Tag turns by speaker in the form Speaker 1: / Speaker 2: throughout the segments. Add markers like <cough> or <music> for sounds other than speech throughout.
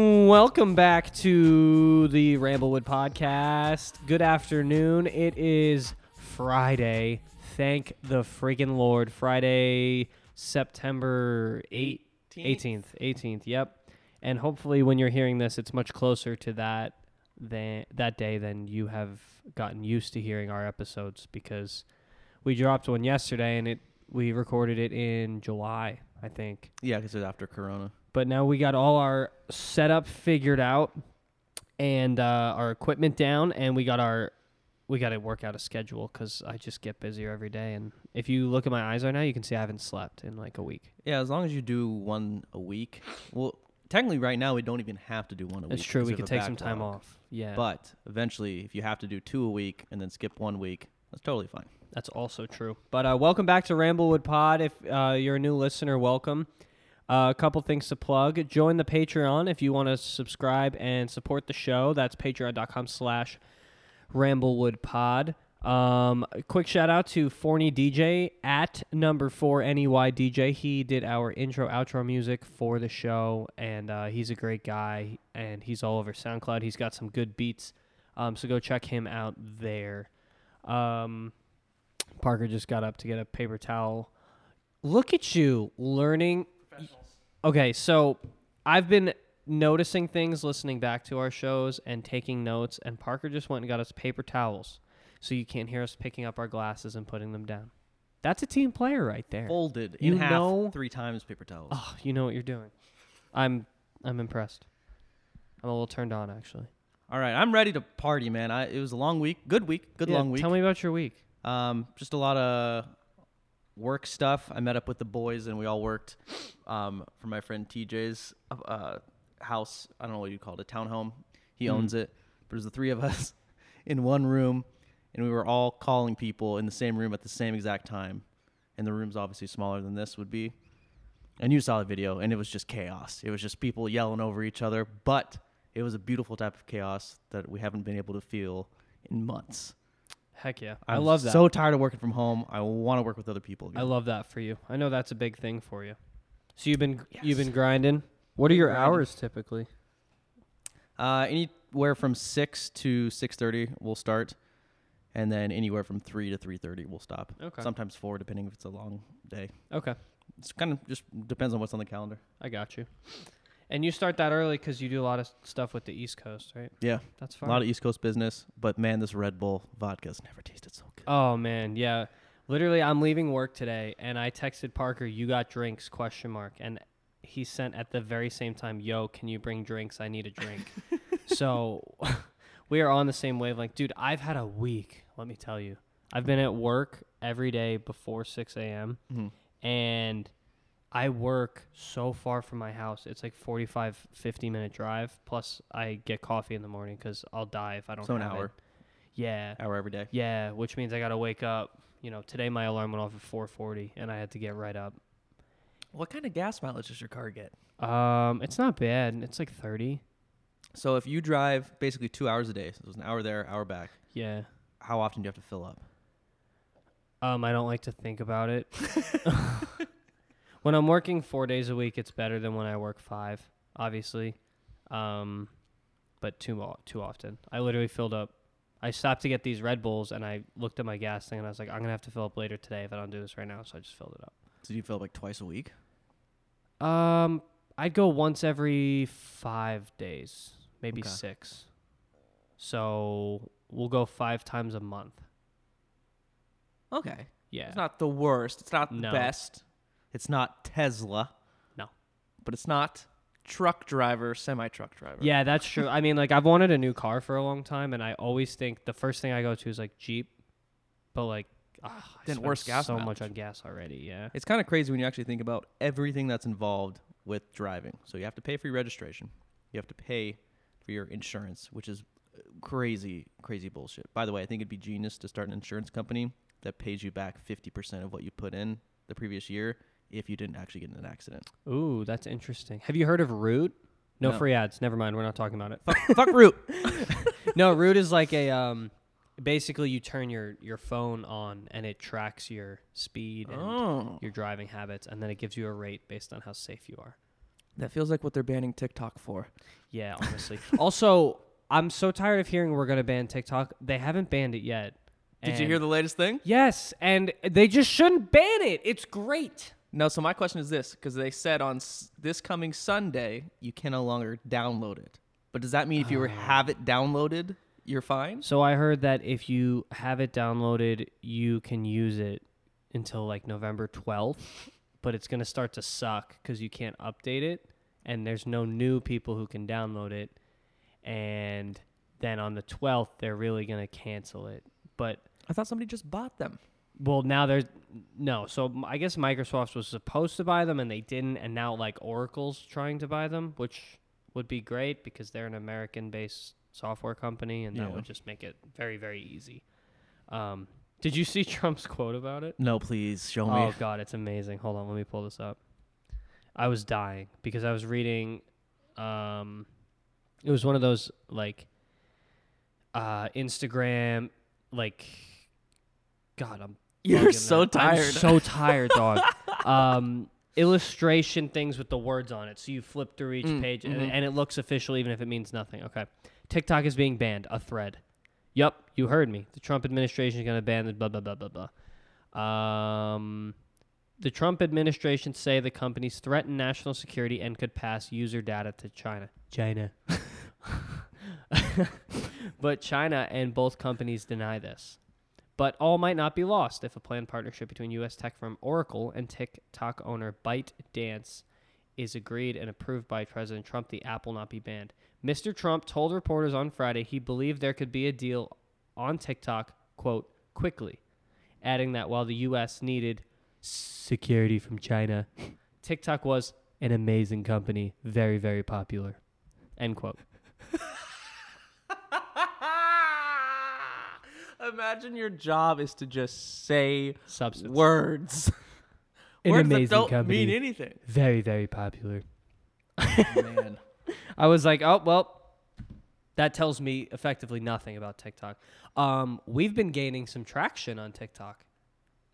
Speaker 1: Welcome back to the Ramblewood podcast. Good afternoon. It is Friday. Thank the friggin' Lord. Friday, September 8th, 18th. 18th, yep. And hopefully when you're hearing this, it's much closer to that than that day than you have gotten used to hearing our episodes because we dropped one yesterday and it we recorded it in July, I think
Speaker 2: Yeah, because it's after Corona.
Speaker 1: but now we got all our setup figured out and uh, our equipment down and we got our we got to work out a schedule because i just get busier every day and if you look at my eyes right now you can see i haven't slept in like a week
Speaker 2: Yeah, as long as you do one a week. Well, technically, right now we don't even have to do one a week.
Speaker 1: that's true
Speaker 2: 'cause
Speaker 1: we
Speaker 2: of
Speaker 1: could
Speaker 2: the
Speaker 1: take some time
Speaker 2: backlog.
Speaker 1: off yeah
Speaker 2: But eventually, if you have to do two a week and then skip one week, that's totally fine.
Speaker 1: That's also true. But uh, welcome back to Ramblewood Pod. If uh, you're a new listener, welcome. Uh, a couple things to plug. Join the Patreon if you want to subscribe and support the show. That's patreon.com slash Ramblewood Pod. Um, a quick shout out to Forney DJ at number four E NEY DJ. He did our intro outro music for the show, and uh, he's a great guy. And he's all over SoundCloud. He's got some good beats, um, so go check him out there. Um, Parker just got up to get a paper towel. Look at you learning. Okay, so I've been noticing things, listening back to our shows, and taking notes. And Parker just went and got us paper towels, so you can't hear us picking up our glasses and putting them down. That's a team player right there.
Speaker 2: Folded
Speaker 1: You
Speaker 2: in half
Speaker 1: know-
Speaker 2: three times paper towels.
Speaker 1: Oh, you know what you're doing. I'm I'm impressed. I'm a little turned on actually.
Speaker 2: All right, I'm ready to party, man. I, it was a long week. Good week. Good
Speaker 1: Yeah,
Speaker 2: long week.
Speaker 1: Tell me about your week.
Speaker 2: Um, just a lot of work stuff. I met up with the boys and we all worked um, for my friend TJ's uh, house. I don't know what you call it, a townhome. He owns it. But it was the three of us <laughs> in one room, and we were all calling people in the same room at the same exact time. And the room's obviously smaller than this would be. And you saw the video, and it was just chaos. It was just people yelling over each other, but it was a beautiful type of chaos that we haven't been able to feel in months.
Speaker 1: Heck yeah,
Speaker 2: I'm
Speaker 1: love that.
Speaker 2: So tired of working from home. I want to work with other people.
Speaker 1: I love that for you. I know that's a big thing for you. So you've been you've
Speaker 2: Yes.
Speaker 1: been grinding. What are your
Speaker 2: grinding.
Speaker 1: hours typically?
Speaker 2: uh, anywhere from six to six thirty, we'll start, and then anywhere from three to three thirty, we'll stop.
Speaker 1: Okay.
Speaker 2: Sometimes four, depending if it's a long day.
Speaker 1: Okay,
Speaker 2: It's kind of just depends on what's on the calendar.
Speaker 1: I got you. And you start that early because you do a lot of s- stuff with the East Coast, right?
Speaker 2: Yeah,
Speaker 1: That's
Speaker 2: a
Speaker 1: fine.
Speaker 2: lot of East Coast business, but man, this Red Bull vodka's never tasted so good.
Speaker 1: oh man, yeah. Literally, I'm leaving work today, and I texted Parker, "You got drinks?" Question mark, and he sent at the very same time, "Yo, can you bring drinks? I need a drink." so <laughs> we are on the same wavelength, dude. I've had a week. Let me tell you, I've been at work every day before 6 a.m.
Speaker 2: Mhm.
Speaker 1: and I work so far from my house. It's like 45, 50 minute drive. Plus, I get coffee in the morning because I'll die if I don't.
Speaker 2: So an
Speaker 1: have it.
Speaker 2: hour,
Speaker 1: Yeah,
Speaker 2: hour every day.
Speaker 1: yeah. Which means I gotta wake up. You know, today my alarm went off at 4:40, and I had to get right up.
Speaker 2: What kind of gas mileage does your car get?
Speaker 1: Um, it's not bad. It's like 30.
Speaker 2: So if you drive basically two hours a day, so it's an hour there, hour back.
Speaker 1: Yeah.
Speaker 2: How often do you have to fill up?
Speaker 1: Um, I don't like to think about it. <laughs> when I'm working four days a week, it's better than when I work five, obviously. Um, but too o- too often, I literally filled up. I stopped to get these Red Bulls, and I looked at my gas thing, and I was like, I'm gonna have to fill up later today if I don't do this right now. So I just filled it up.
Speaker 2: So do you fill up like twice a week?
Speaker 1: Um, I'd go once every five days, maybe
Speaker 2: Okay.
Speaker 1: six. So we'll go five times a month.
Speaker 2: Okay.
Speaker 1: Yeah.
Speaker 2: It's not the worst. It's not
Speaker 1: No.
Speaker 2: the best. It's not Tesla.
Speaker 1: No.
Speaker 2: But it's not truck driver, semi truck driver.
Speaker 1: Yeah, that's true. I mean, like I've wanted a new car for a long time, and I always think the first thing I go to is like Jeep, but like ah, I
Speaker 2: Then
Speaker 1: spend
Speaker 2: worse gas
Speaker 1: so much
Speaker 2: mileage.
Speaker 1: on gas already. Yeah,
Speaker 2: It's kind of crazy when you actually think about everything that's involved with driving. So you have to pay for your registration. You have to pay for your insurance, which is uh, crazy, crazy bullshit. By the way, I think it'd be genius to start an insurance company that pays you back 50% of what you put in the previous year if you didn't actually get in an accident.
Speaker 1: <laughs> ooh, that's interesting. Have you heard of Root? No,
Speaker 2: No.
Speaker 1: free ads. Never mind. We're not talking about it.
Speaker 2: Fuck, fuck Root.
Speaker 1: no, Root is like a um, basically you turn your your phone on and it tracks your speed and
Speaker 2: Oh.
Speaker 1: your driving habits, and then it gives you a rate based on how safe you are.
Speaker 2: That feels like what they're banning TikTok for.
Speaker 1: <laughs> Yeah, honestly. also, I'm so tired of hearing we're gonna ban TikTok. They haven't banned it yet.
Speaker 2: Did you hear
Speaker 1: And-
Speaker 2: the latest thing?
Speaker 1: Yes, and they just shouldn't ban it. It's great.
Speaker 2: No, so my question is this because they said on s- this coming Sunday, you can no longer download it. But does that mean if you were have it downloaded, you're fine?
Speaker 1: So I heard that if you have it downloaded, you can use it until like November 12th, but it's going to start to suck cuz you can't update it and there's no new people who can download it. And then on the 12th, they're really going to cancel it. But
Speaker 2: I thought somebody just bought them.
Speaker 1: well, now there's no. So m- I guess Microsoft was supposed to buy them and they didn't, and now like Oracle's trying to buy them, which would be great because they're an American-based software company, and that
Speaker 2: Yeah.
Speaker 1: would just make it very, very easy. Um, did you see <laughs> Trump's quote about it?
Speaker 2: No, please show me.
Speaker 1: Oh God, it's amazing. Hold on, let me pull this up. I was dying because I was reading. Um, it was one of those like uh, Instagram like. God, I'm.
Speaker 2: You're
Speaker 1: bugging
Speaker 2: so
Speaker 1: now. I'm
Speaker 2: tired.
Speaker 1: so tired,
Speaker 2: <laughs>
Speaker 1: dog. um, illustration things with the words on it, so you flip through each page, and, and it looks official, even if it means nothing. Okay, TikTok is being banned. A thread. Yup, you heard me. The Trump administration is going to ban the blah blah blah blah blah. Um, the Trump administration say the companies threaten national security and could pass user data to China. China. <laughs> but China and both companies deny this. But all might not be lost if a planned partnership between U.S. tech firm Oracle and TikTok owner ByteDance is agreed and approved by President Trump, the app will not be banned. Mr. Trump told reporters on Friday he believed there could be a deal on TikTok, quote, quickly, adding that while the U.S. needed security from China, TikTok was an amazing company, very, very popular, end quote.
Speaker 2: <laughs> Imagine your job is to just say
Speaker 1: Substance.
Speaker 2: <laughs> words.
Speaker 1: An
Speaker 2: words
Speaker 1: amazing
Speaker 2: that don't
Speaker 1: company.
Speaker 2: mean anything.
Speaker 1: Very, very popular.
Speaker 2: Oh, Man.
Speaker 1: <laughs> I was like, oh well, that tells me effectively nothing about TikTok. Um, we've been gaining some traction on TikTok.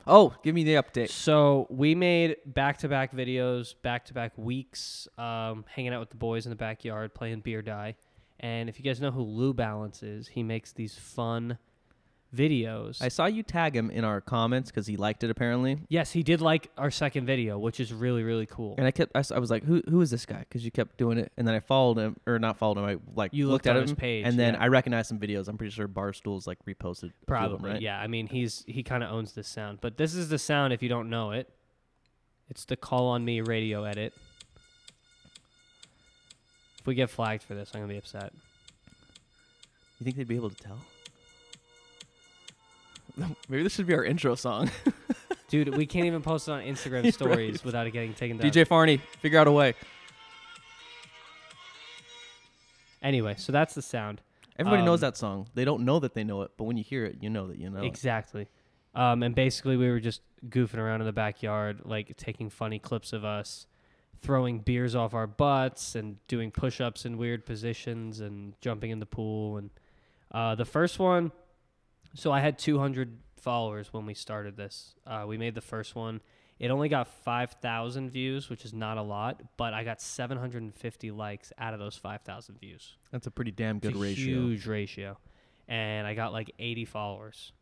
Speaker 2: Oh, give me the update.
Speaker 1: So we made back-to-back videos, back-to-back weeks, um, hanging out with the boys in the backyard, playing beer die. And if you guys know who Lou Balance is, he makes these fun videos.
Speaker 2: I saw you tag him in our comments because he liked it apparently,
Speaker 1: yes, he did like our second video, which is really really cool.
Speaker 2: and I kept I, s- I was like, who who is this guy? Because you kept doing it, and then I followed him or not followed him. I like
Speaker 1: You
Speaker 2: looked
Speaker 1: looked
Speaker 2: at
Speaker 1: on his
Speaker 2: him,
Speaker 1: page,
Speaker 2: and then
Speaker 1: yeah.
Speaker 2: I recognized some videos. I'm pretty sure Barstool's like reposted. a few of them,
Speaker 1: Probably,
Speaker 2: right?
Speaker 1: yeah. I mean, he's he kind of owns this sound, but this is the sound. If you don't know it, it's the "Call on Me" radio edit. If we get flagged for this, I'm gonna be upset.
Speaker 2: You think they'd be able to
Speaker 1: <laughs>
Speaker 2: tell? Maybe this should be our intro <laughs> song.
Speaker 1: Dude, we can't even post it on Instagram stories without it getting taken down.
Speaker 2: DJ Farney, figure out a way.
Speaker 1: Anyway, so that's the sound.
Speaker 2: Everybody knows
Speaker 1: Um,
Speaker 2: that song. They don't know that they know it, but when you hear it, you know that you know. it.
Speaker 1: Exactly. Um, and basically, we were just goofing around in the backyard, like taking funny clips of us throwing beers off our butts and doing push ups in weird positions and jumping in the pool. And uh, the first one, so I had 200 followers when we started this. Uh, we made the first one. It only got 5,000 views, which is not a lot, but I got 750 likes out of those 5,000 views.
Speaker 2: That's a pretty damn
Speaker 1: It's
Speaker 2: good
Speaker 1: a
Speaker 2: ratio.
Speaker 1: Huge ratio. And I got like 80 followers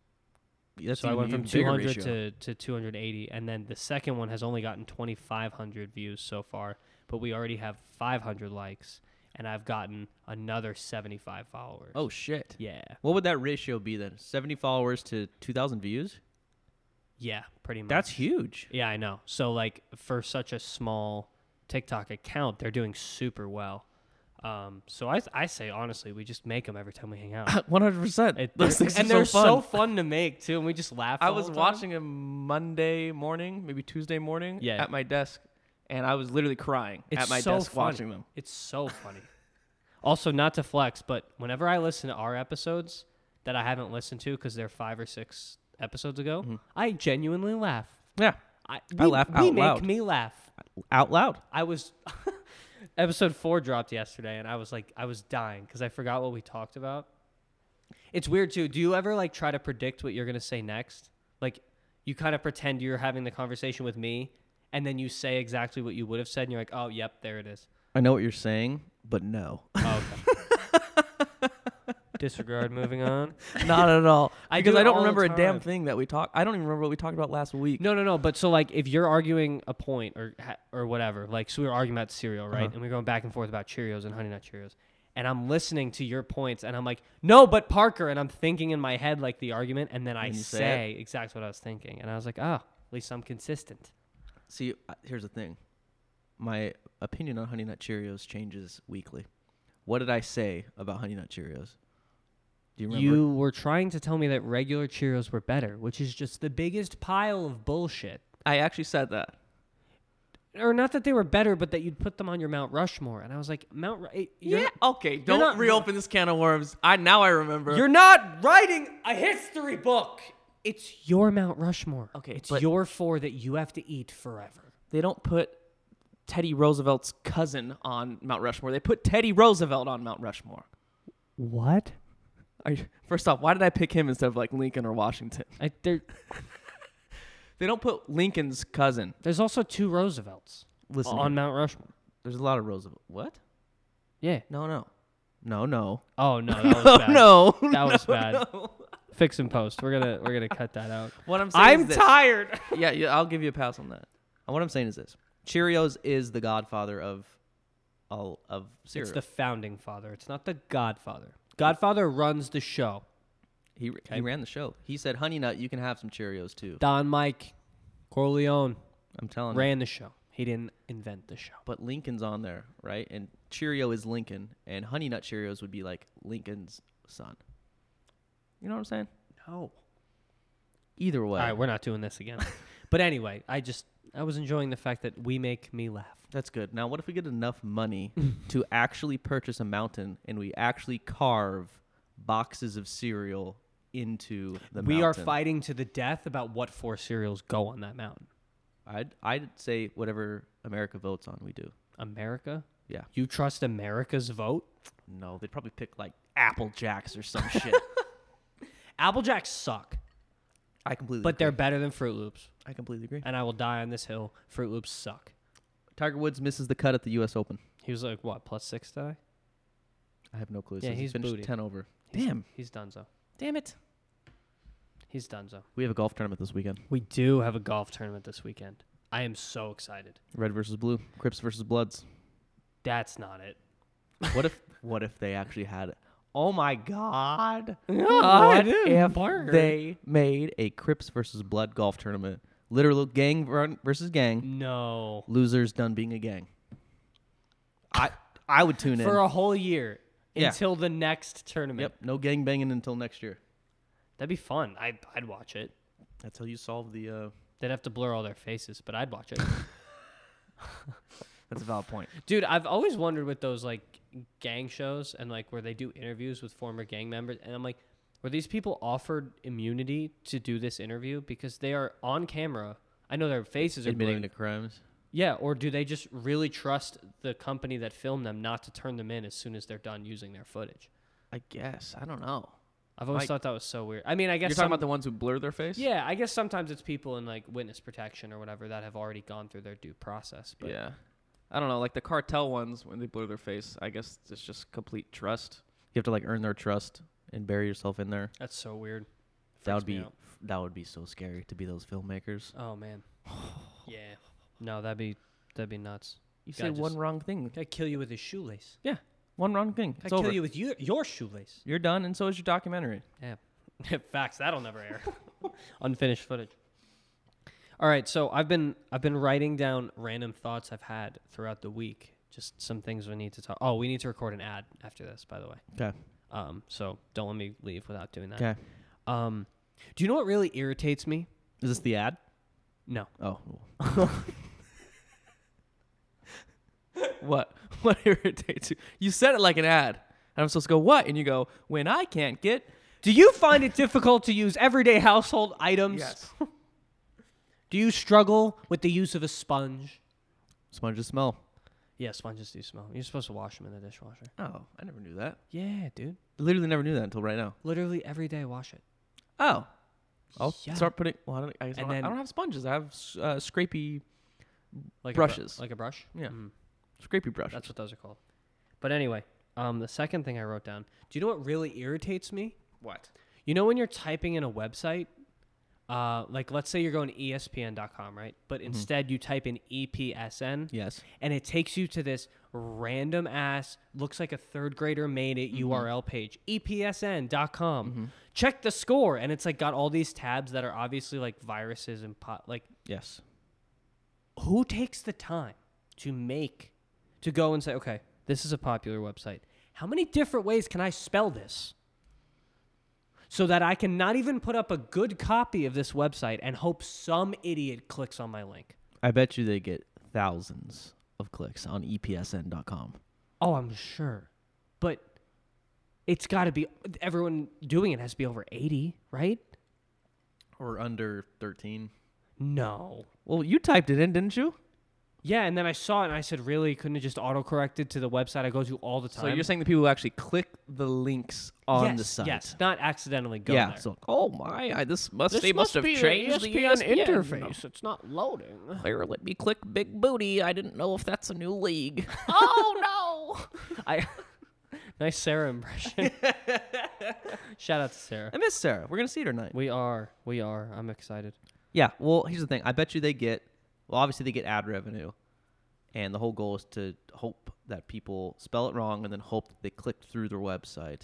Speaker 2: That's
Speaker 1: so I
Speaker 2: even-
Speaker 1: went from
Speaker 2: even bigger
Speaker 1: 200
Speaker 2: ratio.
Speaker 1: to, to 280, and then the second one has only gotten 2,500 views so far, but we already have 500 likes, and I've gotten another 75 followers.
Speaker 2: Oh shit.
Speaker 1: yeah,
Speaker 2: What would that ratio be then? 70 followers to 2,000 views?
Speaker 1: yeah, pretty much.
Speaker 2: That's huge.
Speaker 1: yeah, I know. So like for such a small TikTok account, they're doing super well. Um, so I I say honestly, we just make them every time we hang out.
Speaker 2: <laughs> 100%.
Speaker 1: It-
Speaker 2: Those
Speaker 1: they're-
Speaker 2: things are
Speaker 1: and they're
Speaker 2: so
Speaker 1: so
Speaker 2: fun.
Speaker 1: fun to make too, and we just laugh.
Speaker 2: I
Speaker 1: the
Speaker 2: was
Speaker 1: whole time.
Speaker 2: watching him Monday morning, maybe Tuesday morning
Speaker 1: Yeah.
Speaker 2: at my desk, and I was literally crying
Speaker 1: It's
Speaker 2: at my
Speaker 1: so
Speaker 2: desk
Speaker 1: funny.
Speaker 2: watching them.
Speaker 1: It's so funny. also, not to flex, but whenever I listen to our episodes that I haven't listened to because they're five or six episodes ago, I genuinely laugh.
Speaker 2: Yeah.
Speaker 1: I,
Speaker 2: Mm-hmm. I
Speaker 1: we-
Speaker 2: laugh
Speaker 1: we
Speaker 2: out
Speaker 1: make
Speaker 2: loud.
Speaker 1: me laugh.
Speaker 2: Out loud.
Speaker 1: I was <laughs> episode four dropped yesterday, and I was like, I was dying because I forgot what we talked about. It's weird too. Do you ever like try to predict what you're gonna say next? Like, you kind of pretend you're having the conversation with me, and then you say exactly what you would have said, and you're like, oh, yep, there it is.
Speaker 2: I know what you're saying, but no,
Speaker 1: Oh, okay. <laughs> Disregard. Moving on.
Speaker 2: <laughs> not at all.
Speaker 1: I
Speaker 2: because
Speaker 1: do it
Speaker 2: <laughs> I don't
Speaker 1: all the
Speaker 2: remember a damn
Speaker 1: time.
Speaker 2: thing that we talked. I don't even remember what we talked about last week.
Speaker 1: No, no, no. But so like, if you're arguing a point or ha- or whatever, like, so we were arguing about cereal, right?
Speaker 2: Uh-huh.
Speaker 1: And we are going back and forth about Cheerios and Honey Nut Cheerios. And I'm listening to your points, and I'm like, no, but Parker. And I'm thinking in my head like the argument, and then I
Speaker 2: And you
Speaker 1: say,
Speaker 2: say
Speaker 1: exactly what I was thinking, and I was like, ah, at least I'm consistent.
Speaker 2: See, I- here's the thing. My opinion on Honey Nut Cheerios changes weekly. What did I say about Honey Nut Cheerios? Do you remember?
Speaker 1: You were trying to tell me that regular Cheerios were better, which is just the biggest pile of bullshit.
Speaker 2: I actually said that.
Speaker 1: Or not that they were better, but that you'd put them on your Mount Rushmore. And I was like, Mount, Ru- it- you're
Speaker 2: yeah.
Speaker 1: not-
Speaker 2: Okay. Don't
Speaker 1: not-
Speaker 2: reopen this can of worms. I now I remember.
Speaker 1: You're not writing a history book. It's your Mount Rushmore.
Speaker 3: Okay,
Speaker 1: it's
Speaker 3: but-
Speaker 1: your four that you have to eat forever.
Speaker 3: They don't put Teddy Roosevelt's cousin on Mount Rushmore. They put Teddy Roosevelt on Mount Rushmore.
Speaker 1: What?
Speaker 3: Are you, first off, why did I pick him instead of like Lincoln or Washington?
Speaker 1: I, there,
Speaker 3: They don't put Lincoln's cousin.
Speaker 1: there's also two Roosevelts
Speaker 2: Listen,
Speaker 1: on Mount Rushmore.
Speaker 2: there's a lot of Roosevelt. What?
Speaker 1: Yeah.
Speaker 2: No, no, no,
Speaker 3: <laughs>
Speaker 2: no,
Speaker 1: Oh no, that <laughs> was bad.
Speaker 2: no.
Speaker 1: that was bad. Fix and post. We're gonna we're gonna cut that <laughs> out.
Speaker 2: What I'm saying
Speaker 3: I'm
Speaker 2: is
Speaker 1: <laughs>
Speaker 2: this.
Speaker 3: tired.
Speaker 2: yeah, yeah, I'll give you a pass on that. And what I'm saying is this: Cheerios is the godfather of all of cereal.
Speaker 1: It's the founding father. It's not the Godfather. Godfather runs the show.
Speaker 2: he, he ran the show. He said, "Honey Nut, you can have some Cheerios too."
Speaker 1: Don Mike Corleone
Speaker 2: I'm telling you.
Speaker 1: ran the show. He didn't invent the show.
Speaker 2: But Lincoln's on there, right? And Cheerio is Lincoln, and Honey Nut Cheerios would be like Lincoln's son. You know what I'm saying?
Speaker 1: No.
Speaker 2: Either way,
Speaker 1: All right, we're not doing this
Speaker 2: <laughs>
Speaker 1: again. but anyway, I just I was enjoying the fact that we make me laugh.
Speaker 2: that's good. Now, what if we get
Speaker 1: <laughs>
Speaker 2: enough money to actually purchase a mountain and we actually carve boxes of cereal into the
Speaker 1: we
Speaker 2: mountain?
Speaker 1: are fighting to the death about what four cereals go on that mountain.
Speaker 2: I'd I'd say whatever America votes on, we do.
Speaker 1: America?
Speaker 2: Yeah.
Speaker 1: You trust America's vote?
Speaker 2: No, they'd probably pick like Apple Jacks
Speaker 1: <laughs>
Speaker 2: or some shit.
Speaker 1: Apple Jacks suck,
Speaker 2: I completely.
Speaker 1: but
Speaker 2: agree.
Speaker 1: they're better than Fruit Loops,
Speaker 2: I completely agree.
Speaker 1: and I will die on this hill. Fruit Loops suck.
Speaker 2: Tiger Woods misses the cut at the U.S. Open.
Speaker 1: He was like what, plus 6 die?
Speaker 2: I have no clue.
Speaker 1: Yeah,
Speaker 2: Says
Speaker 1: he's
Speaker 2: finished
Speaker 1: booty.
Speaker 2: ten over.
Speaker 1: He's-
Speaker 2: Damn.
Speaker 1: He's donezo.
Speaker 3: Damn it.
Speaker 1: He's donezo.
Speaker 2: We have a golf tournament this weekend.
Speaker 1: We do have a golf tournament this weekend. I am so excited.
Speaker 2: Red versus blue. Crips versus Bloods.
Speaker 1: That's not it. <laughs>
Speaker 2: What if what if they actually had it? Oh my god.
Speaker 1: God,
Speaker 2: what if
Speaker 1: Parker.
Speaker 2: they made a Crips versus Blood golf tournament? Literal gang run versus gang.
Speaker 1: No.
Speaker 2: Losers done being a gang. I I would tune in.
Speaker 1: For a whole year
Speaker 2: Yeah.
Speaker 1: until the next tournament.
Speaker 2: Yep, no gang banging until next year.
Speaker 1: That'd be fun. I, I'd watch it.
Speaker 2: That's how you solve the. Uh,
Speaker 1: They'd have to blur all their faces, but I'd watch it. <laughs>
Speaker 2: that's a valid point.
Speaker 1: Dude, I've always wondered with those like gang shows and like where they do interviews with former gang members, and I'm like, were these people offered immunity to do this interview because they are on camera? I know their faces are
Speaker 2: Admitting
Speaker 1: blurred.
Speaker 2: to crimes.
Speaker 1: Yeah, or do they just really trust the company that filmed them not to turn them in as soon as they're done using their footage?
Speaker 2: I guess I don't know.
Speaker 1: I've always
Speaker 2: Like-
Speaker 1: thought that was so weird. I mean, I guess
Speaker 3: You're
Speaker 1: some-
Speaker 3: talking about the ones who blur their face?
Speaker 1: yeah, I guess sometimes it's people in like witness protection or whatever that have already gone through their due process. But
Speaker 3: Yeah. I don't know, like the cartel ones when they blur their face. I guess it's just complete trust.
Speaker 2: You have to like earn their trust and bury yourself in there.
Speaker 1: that's so weird.
Speaker 2: that would
Speaker 1: Freaks me
Speaker 2: be
Speaker 1: out.
Speaker 2: that would be so scary to be those filmmakers.
Speaker 1: Oh <sighs> man. yeah. No, that'd be that'd be nuts.
Speaker 2: You
Speaker 1: Guy
Speaker 2: say one
Speaker 1: just-
Speaker 2: wrong thing,
Speaker 1: Can I kill you with his shoelace?
Speaker 2: yeah, one wrong thing,
Speaker 1: Can
Speaker 2: it's
Speaker 1: I
Speaker 2: over.
Speaker 1: kill you with your your shoelace?
Speaker 2: You're done, and so is your documentary.
Speaker 1: Yeah. <laughs> Facts. That'll never <laughs> air. Unfinished footage. All right, so I've been I've been writing down random thoughts I've had throughout the week. Just some things we need to talk. Oh, we need to record an ad after this, by the way.
Speaker 2: Okay,
Speaker 1: Um, so don't let me leave without doing that.
Speaker 2: okay.
Speaker 1: Um, do you know what really irritates me?
Speaker 2: Is this the ad?
Speaker 1: No.
Speaker 2: Oh,
Speaker 3: What? <laughs> What irritates you? You said it like an ad. And I'm supposed to go, what? And you go, when I can't get.
Speaker 1: Do you find it difficult to use everyday household items? <laughs> Do you struggle with the use of a sponge?
Speaker 2: sponge the smell.
Speaker 1: Yeah, sponges do smell. You're supposed to wash them in the dishwasher.
Speaker 2: Oh, I never knew that.
Speaker 1: Yeah, dude.
Speaker 2: Literally never knew that until right now.
Speaker 1: Literally every day, wash it.
Speaker 2: Oh, I'll
Speaker 1: Yeah.
Speaker 2: start putting. Well, I don't. I, guess I
Speaker 1: And
Speaker 2: don't- I
Speaker 1: then-
Speaker 2: don't have sponges. I have uh, scrapey.
Speaker 1: Like
Speaker 2: Brushes.
Speaker 1: a bru- like a brush.
Speaker 2: Yeah.
Speaker 1: Mm.
Speaker 2: Scrapey brush.
Speaker 1: That's what those are called. But anyway, um, the second thing I wrote down. Do you know what really irritates me?
Speaker 2: what?
Speaker 1: You know when you're typing in a website, uh, like let's say you're going to ESPN.com, right? But
Speaker 2: Mm-hmm.
Speaker 1: instead you type in E EPSN,
Speaker 2: Yes.
Speaker 1: and it takes you to this random ass looks like a third grader made it URL page, E EPSN.com. Check the score, and it's like got all these tabs that are obviously like viruses and pot. Like
Speaker 2: Yes.
Speaker 1: who takes the time to make to go and say, okay, this is a popular website. How many different ways can I spell this? So that I can not even put up a good copy of this website and hope some idiot clicks on my link.
Speaker 2: I bet you they get thousands of clicks on E EPSN.com.
Speaker 1: Oh, I'm sure. But it's got to be everyone doing it has to be over 80, right?
Speaker 2: Or under 13.
Speaker 1: No.
Speaker 2: Well, you typed it in, didn't you?
Speaker 1: Yeah, and then I saw it and I said, really? Couldn't it just autocorrected to the website I go to all the time?
Speaker 3: So you're saying the people who actually click the links on
Speaker 1: yes,
Speaker 3: the site.
Speaker 1: Yes, not accidentally go
Speaker 2: yeah.
Speaker 1: there.
Speaker 2: So, oh my, I, this must they must, E have
Speaker 3: be an
Speaker 2: changed the
Speaker 3: ESPN
Speaker 2: interface.
Speaker 1: It's not loading. <laughs>
Speaker 2: There, Oh, let me click big booty. I didn't know if that's a new league.
Speaker 3: Oh no!
Speaker 1: I <laughs> nice Sarah
Speaker 2: <laughs>
Speaker 1: impression. Shout out to Sarah.
Speaker 2: <laughs> I miss Sarah. We're gonna see her tonight.
Speaker 1: We are, we are. I'm excited.
Speaker 2: Yeah. Well, here's the thing. I bet you they get. Well, obviously they get ad revenue, and the whole goal is to hope that people spell it wrong and then hope that they clicked through their website.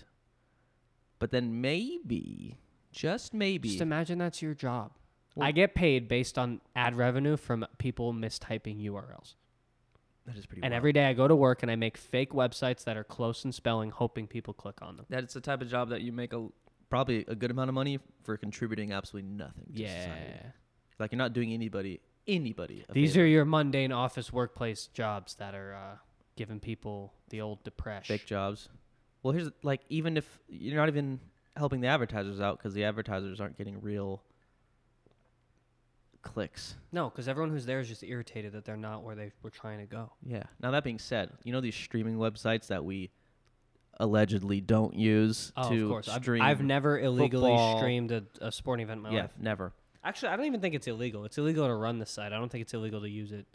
Speaker 2: But then maybe, just maybe,
Speaker 1: Just imagine that's your job. I get paid based on ad revenue from people mistyping URLs.
Speaker 2: that is pretty.
Speaker 1: And
Speaker 2: wild.
Speaker 1: every day I go to work and I make fake websites that are close in spelling, hoping people click on them.
Speaker 3: That's the type of job that you make a.
Speaker 2: probably a good amount of money for contributing absolutely nothing. To
Speaker 1: Yeah.
Speaker 2: Society. Like you're not doing anybody anybody. A
Speaker 1: These
Speaker 2: favor.
Speaker 1: are your mundane office workplace jobs that are uh, giving people the old depression.
Speaker 2: fake jobs. Well, here's like even if you're not even helping the advertisers out because the advertisers aren't getting real clicks.
Speaker 1: No, because everyone who's there is just irritated that they're not where they were trying to go.
Speaker 2: Yeah. Now that being said, you know these streaming websites that we allegedly don't use
Speaker 1: Oh,
Speaker 2: to
Speaker 1: of course. I've,
Speaker 2: stream.
Speaker 1: I've never illegally
Speaker 2: football.
Speaker 1: streamed a, a sporting event in my
Speaker 2: yeah,
Speaker 1: life.
Speaker 2: never.
Speaker 1: Actually, I don't even think it's illegal. It's illegal to run the site. I don't think it's illegal to use it.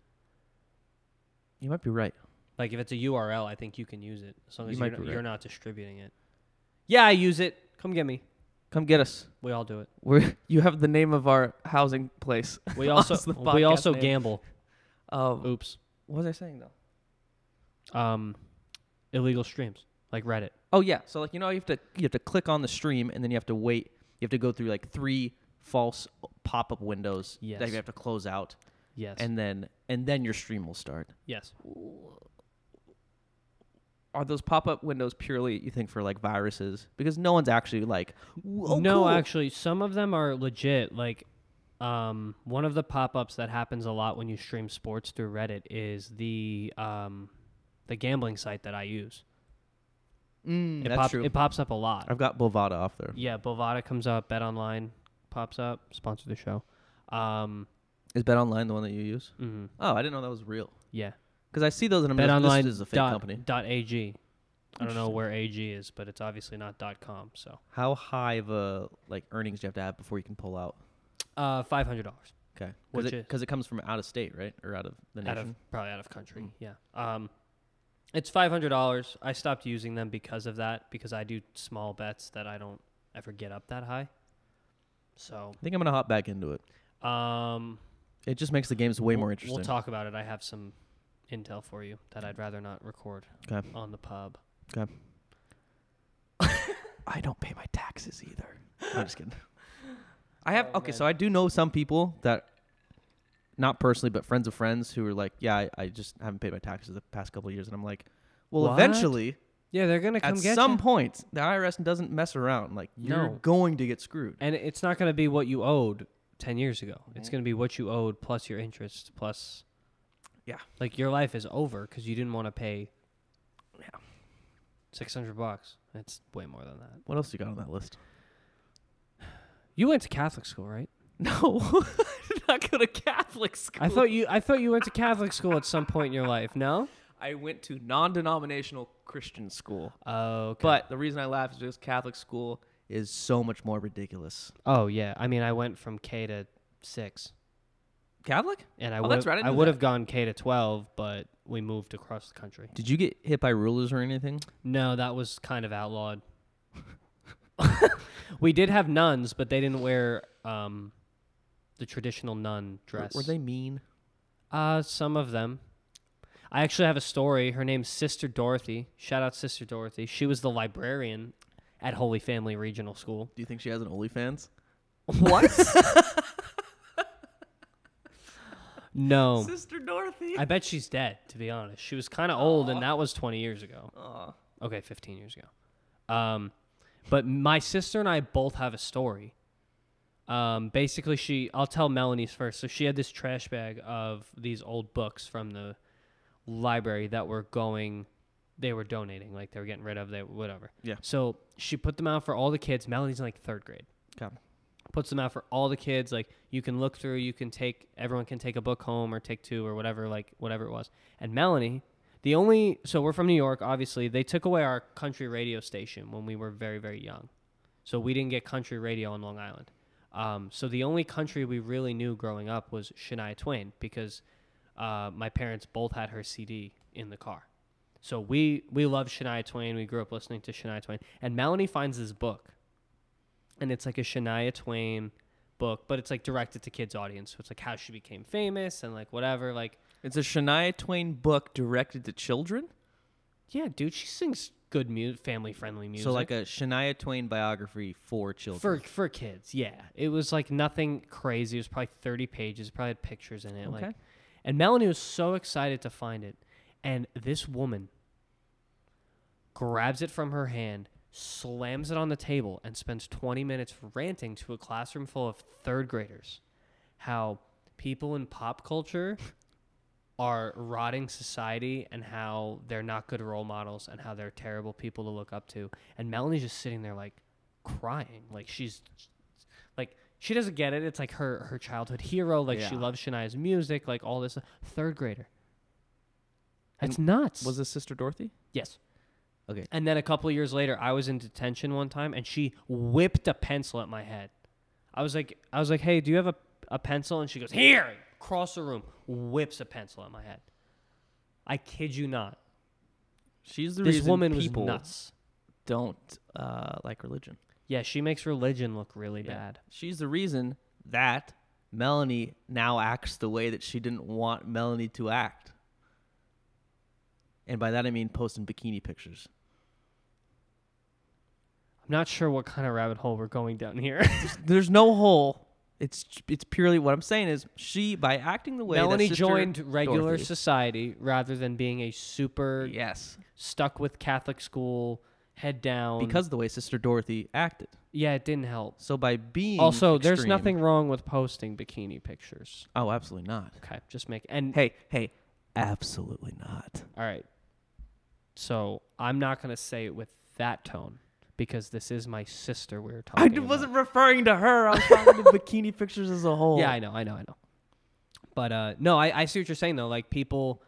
Speaker 2: You might be right.
Speaker 1: Like if it's a URL, I think you can use it as long
Speaker 2: You
Speaker 1: as you
Speaker 2: might
Speaker 1: are not,
Speaker 2: be right.
Speaker 1: you're not distributing it. Yeah, I use it. Come get me.
Speaker 2: Come get us.
Speaker 1: We all
Speaker 2: <laughs>
Speaker 1: do it.
Speaker 3: We're, you have the name of our housing place. <laughs>
Speaker 1: We
Speaker 3: That's
Speaker 1: also
Speaker 3: the
Speaker 1: we
Speaker 3: podcast
Speaker 1: also
Speaker 3: name.
Speaker 1: gamble.
Speaker 3: Um,
Speaker 1: Oops.
Speaker 2: What was I saying
Speaker 3: <laughs>
Speaker 2: though?
Speaker 1: Um, illegal streams like Reddit.
Speaker 2: Oh yeah. So like you know you have to you have to click on the stream and then you have to wait. You have to go through like three false pop-up windows that
Speaker 1: Yes.
Speaker 2: you have to close out
Speaker 1: Yes.
Speaker 2: and then and then your stream will start.
Speaker 1: yes.
Speaker 2: Are those pop-up windows purely you think for like viruses? Because no one's actually like oh,
Speaker 1: no,
Speaker 2: cool.
Speaker 1: actually, some of them are legit. Like, um, one of the pop-ups that happens a lot when you stream sports through Reddit is the um, the gambling site that I use.
Speaker 2: Mm,
Speaker 1: It,
Speaker 2: that's
Speaker 1: pop-
Speaker 2: true.
Speaker 1: it pops up a lot.
Speaker 2: I've got Bovada off there.
Speaker 1: Yeah, Bovada comes up. Bet Online pops up. Sponsor the show. Um,
Speaker 2: Is Bet Online the one that you use?
Speaker 1: mhm,
Speaker 2: Oh, I didn't know that was real.
Speaker 1: yeah,
Speaker 2: Because I see those and I'm
Speaker 1: Bet
Speaker 2: like,
Speaker 1: Online
Speaker 2: this is a fake
Speaker 1: dot,
Speaker 2: company.
Speaker 1: dot AG. I don't know where AG is, but it's obviously not dot com. So,
Speaker 2: How high of a like earnings do you have to have before you can pull out?
Speaker 1: uh, five hundred dollars
Speaker 2: Okay,
Speaker 1: Which
Speaker 2: because
Speaker 1: is-
Speaker 2: it, 'cause it comes from out of state, right, or out of the
Speaker 1: out
Speaker 2: nation.
Speaker 1: of probably out of country. Yeah. Um, it's five hundred dollars. I stopped using them because of that because I do small bets that I don't ever get up that high. So,
Speaker 2: I think I'm gonna hop back into it.
Speaker 1: um,
Speaker 2: It just makes the games way
Speaker 1: we'll-
Speaker 2: more interesting.
Speaker 1: We'll talk about it. I have some intel for you that I'd rather not record
Speaker 2: 'Kay.
Speaker 1: on the pub.
Speaker 2: I don't pay my taxes either. I'm just kidding. <laughs> I have okay, so I do know some people that, not personally, but friends of friends who are like, yeah, I, I just haven't paid my taxes the past couple of years, and I'm like, well,
Speaker 1: What?
Speaker 2: eventually,
Speaker 1: Yeah, they're gonna
Speaker 2: at some point, the IRS doesn't mess around. Like you're
Speaker 1: No.
Speaker 2: going to get screwed.
Speaker 1: and it's not gonna be what you owed ten years ago. It's gonna be what you owed plus your interest plus.
Speaker 2: Yeah.
Speaker 1: Like your life is over because you didn't want to pay.
Speaker 2: Yeah.
Speaker 1: Six hundred bucks. That's way more than that.
Speaker 2: What else you got on that list?
Speaker 1: You went to Catholic school, right?
Speaker 3: <laughs>
Speaker 2: No,
Speaker 3: did not go to Catholic school.
Speaker 1: I thought you. I thought you went to Catholic school at some point in your life. No.
Speaker 3: I went to non-denominational Christian school.
Speaker 1: Okay.
Speaker 3: But the reason I laugh is because Catholic school.
Speaker 2: is so much more ridiculous.
Speaker 1: oh yeah, I mean, I went from K to six,
Speaker 2: Catholic?
Speaker 1: and I
Speaker 3: Oh,
Speaker 1: would
Speaker 3: that's right, I
Speaker 1: I
Speaker 3: knew
Speaker 1: would
Speaker 3: that.
Speaker 1: have gone K to twelve, but we moved across the country.
Speaker 2: Did you get hit by rulers or anything?
Speaker 1: No, that was kind of outlawed. <laughs> we did have nuns, but they didn't wear um, the traditional nun
Speaker 2: Were-
Speaker 1: dress.
Speaker 2: Were they mean?
Speaker 1: Uh, some of them. I actually have a story. Her name's Sister Dorothy. Shout out Sister Dorothy. She was the librarian at Holy Family Regional School.
Speaker 2: Do you think she has an OnlyFans?
Speaker 1: What? no.
Speaker 3: Sister <laughs> Dorothy.
Speaker 1: I bet she's dead, to be honest. She was kind of old, and that was 20 years ago. Okay, 15 years ago. Um, but my sister and I both have a story. Um, basically, she, I'll tell Melanie's first. So she had this trash bag of these old books from the library that were going, they were donating, like they were getting rid of, they whatever.
Speaker 2: Yeah.
Speaker 1: So she put them out for all the kids. Melanie's in like third grade
Speaker 2: Okay.
Speaker 1: puts them out for all the kids. Like you can look through, you can take everyone can take a book home or take two or whatever, like whatever it was. And Melanie, the only so we're from New York, obviously. They took away our country radio station when we were very very young, so we didn't get country radio on Long Island. Um, so the only country we really knew growing up was Shania Twain because uh, my parents both had her CD in the car. So we we love Shania Twain. We grew up listening to Shania Twain, and Melanie finds this book and it's like a Shania Twain book, but it's like directed to kids' audience. So it's like how she became famous and like whatever. Like,
Speaker 2: It's a Shania Twain book directed to children.
Speaker 1: yeah, dude, she sings good mu- family friendly music.
Speaker 2: So like a Shania Twain biography
Speaker 1: for
Speaker 2: for children.
Speaker 1: for kids, yeah. It was like nothing crazy. It was probably thirty pages. Probably had pictures in it. Like,
Speaker 2: Okay.
Speaker 1: and Melanie was so excited to find it, and this woman grabs it from her hand, slams it on the table, and spends twenty minutes ranting to a classroom full of third graders how people in pop culture are rotting society and how they're not good role models and how they're terrible people to look up to. And Melanie's just sitting there like crying. Like she's like she doesn't get it. It's like her her childhood hero. Like she
Speaker 2: Yeah.
Speaker 1: loves Shania's music, like all this third grader. That's nuts.
Speaker 2: was this Sister Dorothy?
Speaker 1: yes.
Speaker 2: Okay.
Speaker 1: And then a couple of years later, I was in detention one time, and she whipped a pencil at my head. I was like, I was like, hey, do you have a, a pencil? And she goes, here, across the room, whips a pencil at my head. I kid you not.
Speaker 2: She's the
Speaker 1: This
Speaker 2: reason
Speaker 1: woman was
Speaker 2: people
Speaker 1: nuts.
Speaker 2: don't uh, like religion.
Speaker 1: Yeah, she makes religion look really bad.
Speaker 2: She's the reason that Melanie now acts the way that she didn't want Melanie to act. And by that I mean posting bikini pictures.
Speaker 1: I'm not sure what kind of rabbit hole we're going down here.
Speaker 2: There's no hole. It's it's purely what I'm saying is she by acting the way that
Speaker 1: Melanie
Speaker 2: Sister
Speaker 1: joined regular
Speaker 2: Dorothy-
Speaker 1: society rather than being a super
Speaker 2: yes
Speaker 1: stuck with Catholic school, head down.
Speaker 2: because of the way Sister Dorothy acted.
Speaker 1: yeah, it didn't help.
Speaker 2: So by being
Speaker 1: Also, there's
Speaker 2: extreme-
Speaker 1: nothing wrong with posting bikini pictures.
Speaker 2: Oh, absolutely not.
Speaker 1: Okay, just make and
Speaker 2: Hey, hey, absolutely not.
Speaker 1: all right. So I'm not gonna say it with that tone because this is my sister we were
Speaker 2: I
Speaker 1: talking.
Speaker 2: d- wasn't referring to her.
Speaker 1: <laughs>
Speaker 2: I was talking to bikini pictures as a whole.
Speaker 1: About. Yeah, I know, I know, I know. But uh, no, I, I see what you're saying though. Like people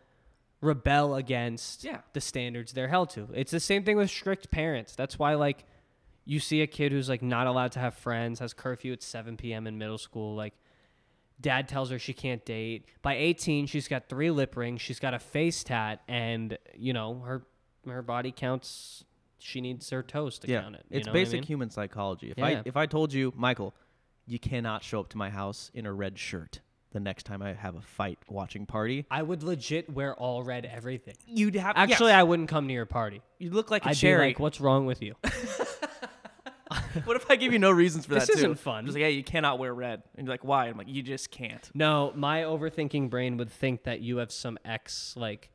Speaker 1: rebel against
Speaker 2: Yeah.
Speaker 1: the standards they're held to. It's the same thing with strict parents. That's why like you see a kid who's like not allowed to have friends, has curfew at 7 p.m. in middle school, like dad tells her she can't date. By 18, she's got three lip rings, she's got a face tat and you know, her her body counts she needs her toes to
Speaker 2: yeah.
Speaker 1: count it. you
Speaker 2: It's
Speaker 1: know what I
Speaker 2: basic
Speaker 1: mean?
Speaker 2: human psychology. If
Speaker 1: Yeah.
Speaker 2: I if I told you, Michael, you cannot show up to my house in a red shirt the next time I have a fight watching party,
Speaker 1: I would legit wear all red everything.
Speaker 2: you'd have
Speaker 1: Actually,
Speaker 2: Uh, yes,
Speaker 1: I wouldn't come to your party.
Speaker 2: you look like a
Speaker 1: I'd be
Speaker 2: cherry.
Speaker 3: <laughs>
Speaker 1: like, "What's wrong with you?"
Speaker 2: what if I give you no reasons for
Speaker 3: This
Speaker 2: that?
Speaker 3: isn't
Speaker 2: too?
Speaker 3: fun.
Speaker 2: Just
Speaker 3: Just
Speaker 2: like,
Speaker 3: like, hey, you cannot wear red. And you're like, why? I'm like, you just can't.
Speaker 1: <laughs> No, my overthinking brain would think that you have some ex like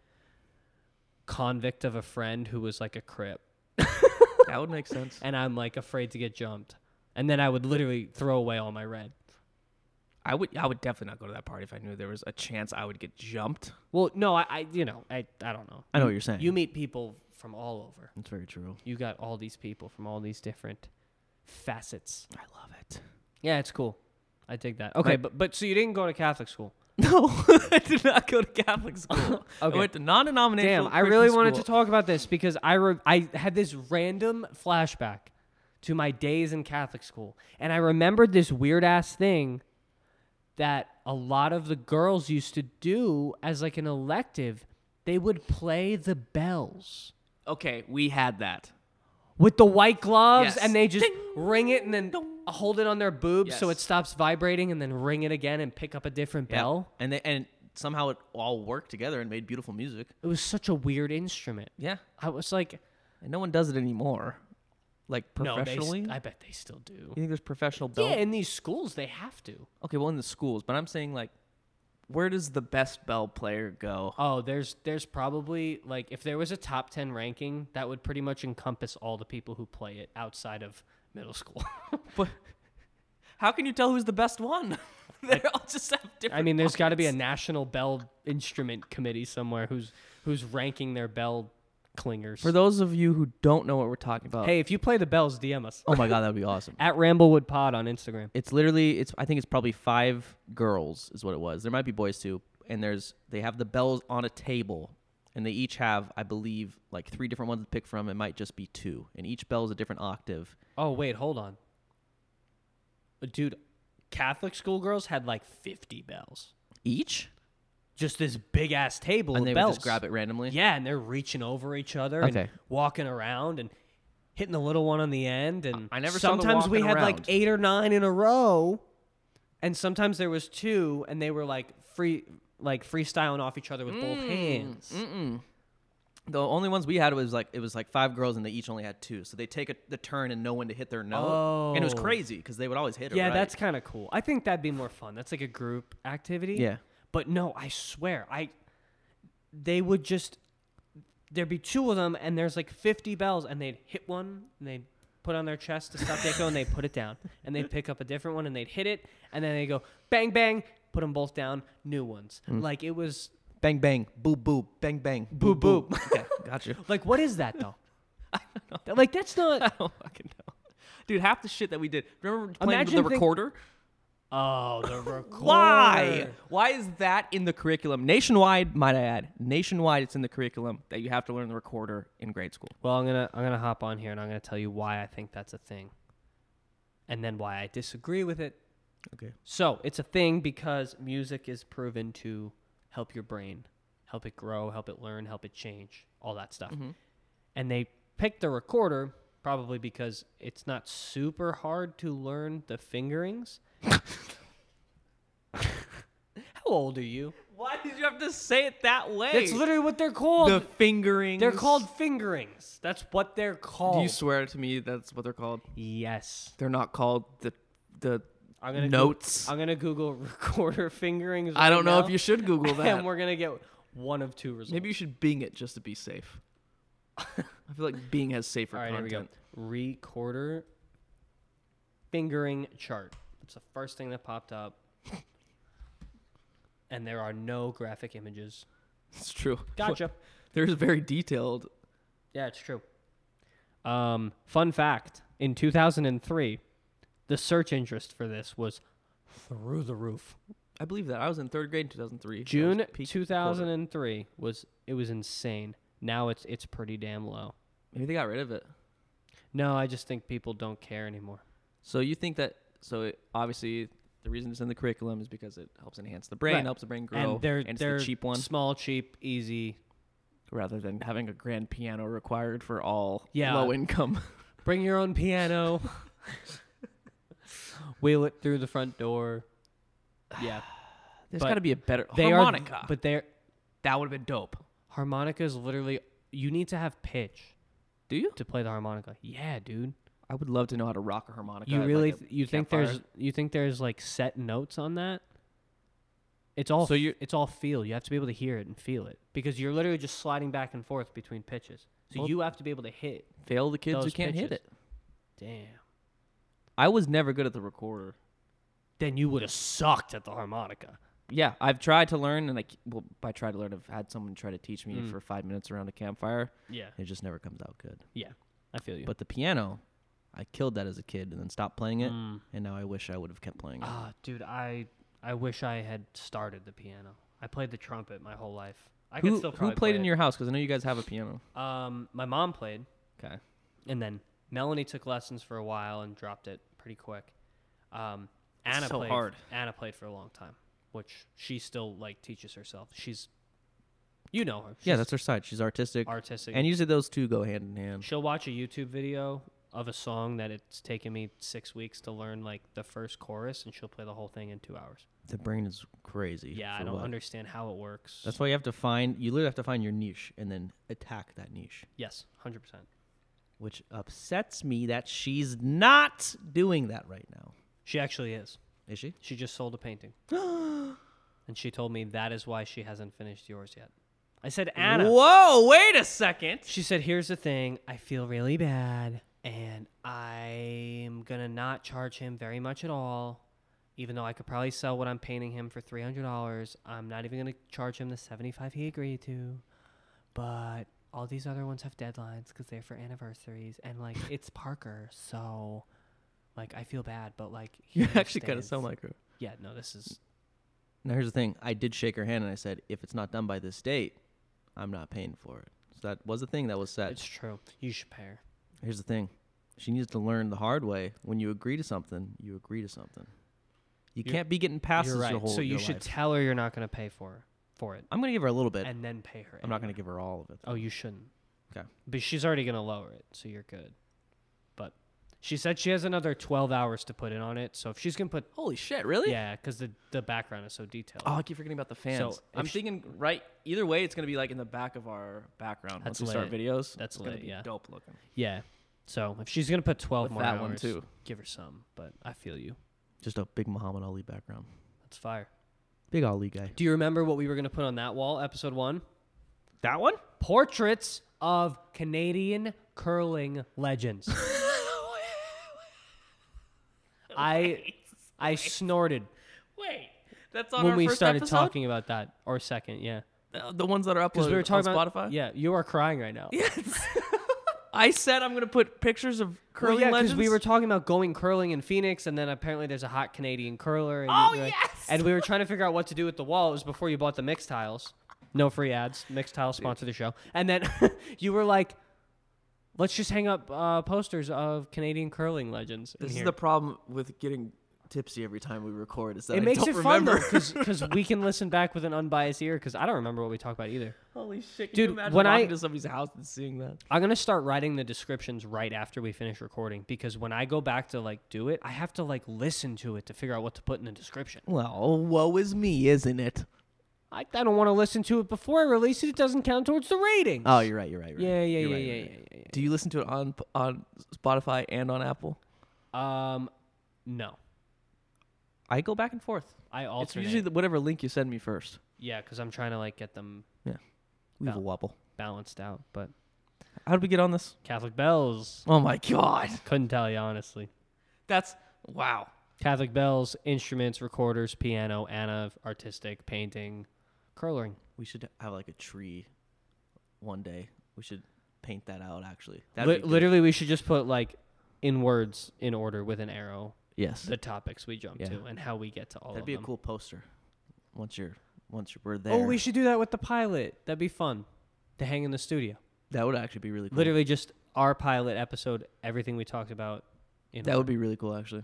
Speaker 1: convict of a friend who was like a crip,
Speaker 2: <laughs> that would make sense.
Speaker 1: and I'm like afraid to get jumped, and then I would literally throw away all my red.
Speaker 3: I would I would definitely not go to that party if I knew there was a chance I would get jumped.
Speaker 1: Well, no, I, I you know, I, I don't know.
Speaker 2: I know what you're saying.
Speaker 1: You meet people from all over.
Speaker 2: It's very true.
Speaker 1: You got all these people from all these different facets.
Speaker 2: I love
Speaker 3: <laughs>
Speaker 2: it.
Speaker 1: Yeah, it's cool. I dig that. Okay,
Speaker 2: My-
Speaker 1: but but so you didn't go to Catholic school.
Speaker 3: <laughs>
Speaker 2: No, I did not go to Catholic <laughs> school. I
Speaker 1: Okay.
Speaker 2: went to non-denominational.
Speaker 1: Damn, I
Speaker 2: Christian
Speaker 1: really wanted to
Speaker 2: school.
Speaker 1: talk about this because I re- I had this random flashback to my days in Catholic school, and I remembered this weird ass thing that a lot of the girls used to do as like an elective They would play the bells
Speaker 3: Okay, we had that.
Speaker 1: with the white gloves,
Speaker 3: Yes.
Speaker 1: and they just
Speaker 3: Ding.
Speaker 1: ring it and then hold it on their boobs so
Speaker 3: Yes.
Speaker 1: it stops vibrating, and then ring it again and pick up a different
Speaker 2: Yeah.
Speaker 1: bell.
Speaker 2: And they and somehow it all worked together and made beautiful music.
Speaker 1: It was such a weird instrument.
Speaker 2: Yeah.
Speaker 1: I was like,
Speaker 2: And no one does it anymore.
Speaker 3: Like
Speaker 1: no, they,
Speaker 3: professionally?
Speaker 1: st- I bet they still do.
Speaker 2: You think there's professional belt?
Speaker 1: Yeah, in these schools they have to.
Speaker 2: Okay, well in the schools, but I'm saying like
Speaker 3: Where does the best bell player go?
Speaker 1: Oh, there's there's probably like if there was a top ten ranking, that would pretty much encompass all the people who play it outside of middle school. <laughs>
Speaker 3: But how can you tell who's the best one? <laughs> they all just have different.
Speaker 1: I mean, there's got to be a
Speaker 3: ones.
Speaker 1: national bell instrument committee somewhere who's who's ranking their bell clingers.
Speaker 3: For those of you who don't know what we're talking about,
Speaker 1: hey, if you play the bells, DM us
Speaker 2: Oh my god, that would be awesome.
Speaker 1: at Ramblewood Pod on Instagram.
Speaker 2: It's literally it's I think it's probably five girls is what it was. There might be boys too. And there's they have the bells on a table and they each have, I believe, like three different ones to pick from. It might just be two. And each bell is a different octave.
Speaker 1: Oh wait, hold on, dude. Catholic schoolgirls had like 50 bells,
Speaker 2: Each?
Speaker 1: just this big ass table
Speaker 2: And
Speaker 1: of
Speaker 2: they
Speaker 1: bells.
Speaker 2: would just grab it randomly.
Speaker 1: Yeah, and they're reaching over each other and
Speaker 2: Okay.
Speaker 1: walking around and hitting the little one on the end. And
Speaker 2: I never saw the
Speaker 1: sometimes we
Speaker 2: walking
Speaker 1: had like
Speaker 2: around.
Speaker 1: eight or nine in a row, and sometimes there was two, and they were like free, like freestyling off each other with both
Speaker 2: Mm,
Speaker 1: hands.
Speaker 2: The only ones we had was like it was like five girls and they each only had two, so they take a, the turn and know when to hit their note, and it was
Speaker 1: Oh.
Speaker 2: crazy because they would always hit it.
Speaker 1: Yeah,
Speaker 2: right?
Speaker 1: that's kind of cool. I think that'd be more fun. That's like a group activity.
Speaker 2: Yeah.
Speaker 1: But no, I swear, I they would just there'd be two of them and there's like 50 bells and they'd hit one and they'd put on their chest to stop the echo and they'd put it down and they'd pick up a different one and they'd hit it and then they go bang bang put them both down new ones like it was
Speaker 2: bang bang, boop boop, bang bang,
Speaker 1: Boop, boop.
Speaker 2: <laughs> okay, gotcha.
Speaker 1: like what is that though Th- like that's
Speaker 3: I <laughs>
Speaker 1: not
Speaker 3: don't fucking know. Dude, half the shit that we did. Remember playing with
Speaker 1: Imagine
Speaker 3: the
Speaker 1: think-
Speaker 3: recorder?
Speaker 1: oh the record
Speaker 3: Why? Why is that in the curriculum? Nationwide, might I add. Nationwide, it's in the curriculum that you have to learn the recorder in grade school.
Speaker 1: Well, I'm gonna I'm gonna hop on here and I'm gonna tell you why I think that's a thing, and then why I disagree with it.
Speaker 2: Okay.
Speaker 1: So it's a thing because music is proven to help your brain, help it grow, help it learn, help it change, all that stuff.
Speaker 3: Mm-hmm.
Speaker 1: And they picked the recorder probably because it's not super hard to learn the
Speaker 3: <laughs>
Speaker 1: fingerings. How old are you?
Speaker 3: Why did you have to say it that way?
Speaker 1: That's literally what they're called.
Speaker 3: the fingerings.
Speaker 1: they're called fingerings. That's what they're called.
Speaker 3: Do you swear to me that's what they're called?
Speaker 1: yes.
Speaker 3: They're not called the the
Speaker 1: I'm gonna
Speaker 3: notes.
Speaker 1: I'm gonna Google <laughs> recorder fingerings.
Speaker 3: I don't
Speaker 1: right
Speaker 3: know
Speaker 1: now,
Speaker 3: if you should <laughs> Google that.
Speaker 1: And we're gonna get one of two results.
Speaker 3: Maybe you should Bing it just to
Speaker 1: <laughs>
Speaker 3: be safe. I feel like Bing has safer
Speaker 1: All right,
Speaker 3: content.
Speaker 1: here we go. Recorder fingering chart. It's the first thing that popped up. <laughs> and there are no graphic images.
Speaker 3: It's true.
Speaker 1: Gotcha.
Speaker 3: <laughs> There's very detailed.
Speaker 1: Yeah, it's true. Um, fun fact: In 2003, the search interest for this was through the roof.
Speaker 3: I believe that. I was in third grade in 2003.
Speaker 1: June 2003 was it was insane. Now it's it's pretty damn low.
Speaker 3: Maybe they got rid of it.
Speaker 1: No, I just think people don't care anymore.
Speaker 2: So you think that? So it, obviously, the reason it's in the curriculum is because it helps enhance the brain,
Speaker 1: Right.
Speaker 2: helps the brain grow,
Speaker 1: and they're
Speaker 2: it's
Speaker 1: they're
Speaker 2: the cheap one
Speaker 1: small, cheap, easy.
Speaker 3: rather than having a grand piano required for all
Speaker 1: Yeah.
Speaker 3: low income. <laughs>
Speaker 1: Bring your own
Speaker 2: <laughs>
Speaker 1: piano. Wheel it through the front door.
Speaker 2: <sighs>
Speaker 1: Yeah,
Speaker 3: There's
Speaker 1: But
Speaker 3: got to be a better
Speaker 1: they
Speaker 3: harmonica.
Speaker 1: are. But they're
Speaker 3: that would have been dope.
Speaker 1: harmonica is literally you need to have pitch
Speaker 3: Do you?
Speaker 1: to play the harmonica. Yeah, dude.
Speaker 3: I would love to know how to rock a harmonica.
Speaker 1: You
Speaker 3: at,
Speaker 1: really
Speaker 3: like, a
Speaker 1: th- you think
Speaker 3: campfire.
Speaker 1: there's you think there's like set notes on that? It's all
Speaker 2: So
Speaker 1: f-
Speaker 2: you-
Speaker 1: it's all feel. You have to be able to hear it and feel it because you're literally just sliding back and forth between pitches. So
Speaker 2: Well-
Speaker 1: you have to be able to hit.
Speaker 2: fail the kids who
Speaker 1: those
Speaker 2: can't hit
Speaker 1: pitches.
Speaker 2: it.
Speaker 1: Damn.
Speaker 2: I was never good at the recorder.
Speaker 1: Then you would have sucked at the harmonica.
Speaker 2: Yeah, I've tried to learn, and I c- well, by try to learn, I've had someone try to teach me for five minutes around a campfire.
Speaker 1: Yeah.
Speaker 2: Hmm. It just never comes out good.
Speaker 1: Yeah. I feel you.
Speaker 2: But the piano, I killed that as a kid, and then stopped playing it, and now I wish I would have kept playing it.
Speaker 1: Mm. Ah, dude, I I wish I had started the piano. I played the trumpet my whole life. I could
Speaker 2: who
Speaker 1: still
Speaker 2: who
Speaker 1: probably
Speaker 2: played in
Speaker 1: play
Speaker 2: your house? Because I know you guys have a piano.
Speaker 1: it. um my mom played
Speaker 2: Okay.
Speaker 1: and then Melanie took lessons for a while and dropped it pretty quick. Um,
Speaker 3: It's
Speaker 1: Anna
Speaker 3: so
Speaker 1: played,
Speaker 3: hard.
Speaker 1: Anna played for a long time, which she still like teaches herself. She's You know her.
Speaker 2: yeah,
Speaker 1: She's
Speaker 2: that's her side. She's artistic,
Speaker 1: artistic.
Speaker 2: and usually those two go hand in hand.
Speaker 1: She'll watch a YouTube video of a song that it's taken me six weeks to learn, like the first chorus, and she'll play the whole thing in two hours.
Speaker 2: The brain is crazy.
Speaker 1: Yeah,
Speaker 2: for
Speaker 1: I don't
Speaker 2: what-
Speaker 1: understand how it works.
Speaker 2: That's why you have to find. You literally have to find your niche and then attack that niche,
Speaker 1: yes, hundred percent.
Speaker 2: which upsets me that she's not doing that right now.
Speaker 1: She actually is.
Speaker 2: Is she?
Speaker 1: She just sold a painting, and she told me that is why she hasn't finished yours yet. I said, Anna.
Speaker 3: Whoa, wait a second.
Speaker 1: She said, "Here's the thing. I feel really bad, and I'm gonna not charge him very much at all. Even though I could probably sell what I'm painting him for three hundred dollars, I'm not even gonna charge him the seventy-five he agreed to. But all these other ones have deadlines because they're for anniversaries, and
Speaker 2: <laughs>
Speaker 1: like it's Parker, so like I feel bad, but like he
Speaker 2: <laughs> You actually kind of
Speaker 1: understands."
Speaker 2: sound like her.
Speaker 1: yeah. No, this is
Speaker 2: Now here's the thing. I did shake her hand and I said, if it's not done by this date, I'm not paying for it. So that was the thing that was said.
Speaker 1: it's true. You should pay her.
Speaker 2: Here's the thing. She needs to learn the hard way. When you agree to something, you agree to something. You
Speaker 1: You're-
Speaker 2: can't be getting passes
Speaker 1: You're right.
Speaker 2: your whole
Speaker 1: so you
Speaker 2: your
Speaker 1: should
Speaker 2: life.
Speaker 1: tell her you're not gonna pay for for it,
Speaker 2: I'm gonna give her a little bit.
Speaker 1: and then pay her.
Speaker 2: I'm not gonna
Speaker 1: anyway.
Speaker 2: give her all of it.
Speaker 1: Oh, you shouldn't.
Speaker 2: Okay.
Speaker 1: But she's already going to lower it, so you're good. But she said she has another 12 hours to put in on it. So if she's going to put
Speaker 3: Holy shit, really?
Speaker 1: yeah, cuz the the background is so detailed.
Speaker 3: Oh, I keep forgetting about the fans.
Speaker 1: if
Speaker 3: I'm
Speaker 1: sh-
Speaker 3: thinking right. Either way, it's gonna be like in the back of our background
Speaker 1: That's
Speaker 3: once we start
Speaker 1: lit.
Speaker 3: videos.
Speaker 1: That's
Speaker 3: it's gonna
Speaker 1: lit,
Speaker 3: be
Speaker 1: yeah.
Speaker 3: dope looking.
Speaker 1: Yeah. So if she's going to put 12
Speaker 3: With
Speaker 1: more
Speaker 3: that
Speaker 1: hours,
Speaker 3: one too.
Speaker 1: give her some, but I feel you.
Speaker 2: Just a big Muhammad Ali background.
Speaker 1: That's fire.
Speaker 2: Big Ali guy.
Speaker 1: Do you remember what we were going to put on that wall episode 1?
Speaker 3: That one?
Speaker 1: Portraits of Canadian curling
Speaker 3: <laughs>
Speaker 1: legends. <laughs> I I snorted
Speaker 3: <laughs> Wait, that's on
Speaker 1: when
Speaker 3: our
Speaker 1: we
Speaker 3: first
Speaker 1: started
Speaker 3: episode?
Speaker 1: talking about that or second, yeah.
Speaker 3: Uh, The ones that are
Speaker 1: Because
Speaker 3: uploaded
Speaker 1: we were talking
Speaker 3: on
Speaker 1: about
Speaker 3: Spotify.
Speaker 1: Yeah, you are crying right now.
Speaker 3: Yes. I said I'm gonna put pictures of curling
Speaker 1: well, yeah,
Speaker 3: legends.
Speaker 1: we were talking about going curling in Phoenix, and then apparently there's a hot Canadian curler. And
Speaker 3: Oh,
Speaker 1: you'd be like-
Speaker 3: yes!
Speaker 1: And we were trying to figure out what to do with the wall. It was before you bought the mixed tiles. No free ads. Mixed tiles sponsor the show. And then <laughs> you were like, "Let's just hang up uh, posters of Canadian curling legends." in
Speaker 2: This is
Speaker 1: here."
Speaker 2: the problem with getting tipsy every time we record is that
Speaker 1: It
Speaker 2: I
Speaker 1: makes
Speaker 2: don't
Speaker 1: it fun
Speaker 2: remember. <laughs>
Speaker 1: because we can listen back with an unbiased ear because I don't remember what we talked about either.
Speaker 3: Holy shit,
Speaker 1: Dude, when I-
Speaker 3: somebody's house and seeing that?
Speaker 1: I'm gonna start writing the descriptions right after we finish recording because when I go back to like do it, I have to like listen to it to figure out what to put in the description.
Speaker 2: well, woe is me, isn't it?
Speaker 1: I, I don't want to listen to it before I release it. It doesn't count towards the ratings.
Speaker 2: Oh, you're right. You're right. you're right.
Speaker 1: yeah, yeah,
Speaker 2: You're
Speaker 1: yeah,
Speaker 2: right,
Speaker 1: yeah,
Speaker 2: you're right.
Speaker 1: yeah, yeah,
Speaker 2: Do you listen to it on on Spotify and on Apple?
Speaker 1: yeah. Um, no,
Speaker 2: I go back and forth.
Speaker 1: I
Speaker 2: It's
Speaker 1: alternate.
Speaker 2: usually the, whatever link you send me first.
Speaker 1: yeah, because I'm trying to like get them
Speaker 2: We have a
Speaker 1: Yeah.
Speaker 2: wobble.
Speaker 1: balanced out. But
Speaker 2: How did we get on this?
Speaker 1: Catholic Bells
Speaker 2: Oh my god!
Speaker 1: couldn't tell you honestly.
Speaker 3: That's wow.
Speaker 1: Catholic Bells instruments, recorders, piano, Anna artistic painting, curling.
Speaker 2: We should have like a tree, one day. We should paint that out. Actually,
Speaker 1: Li-
Speaker 2: That'd be good.
Speaker 1: literally, we should just put like in words in order with an arrow
Speaker 2: yes.
Speaker 1: the topics we jump
Speaker 2: Yeah.
Speaker 1: to and how we get to all
Speaker 2: That'd
Speaker 1: of
Speaker 2: be a
Speaker 1: them.
Speaker 2: cool poster. Once you're once you're, we're there.
Speaker 1: oh, we should do that with the pilot. That'd be fun to hang in the studio.
Speaker 2: that would actually be really cool.
Speaker 1: Literally, just our pilot episode, everything we talked about. In
Speaker 2: That would be really cool, actually.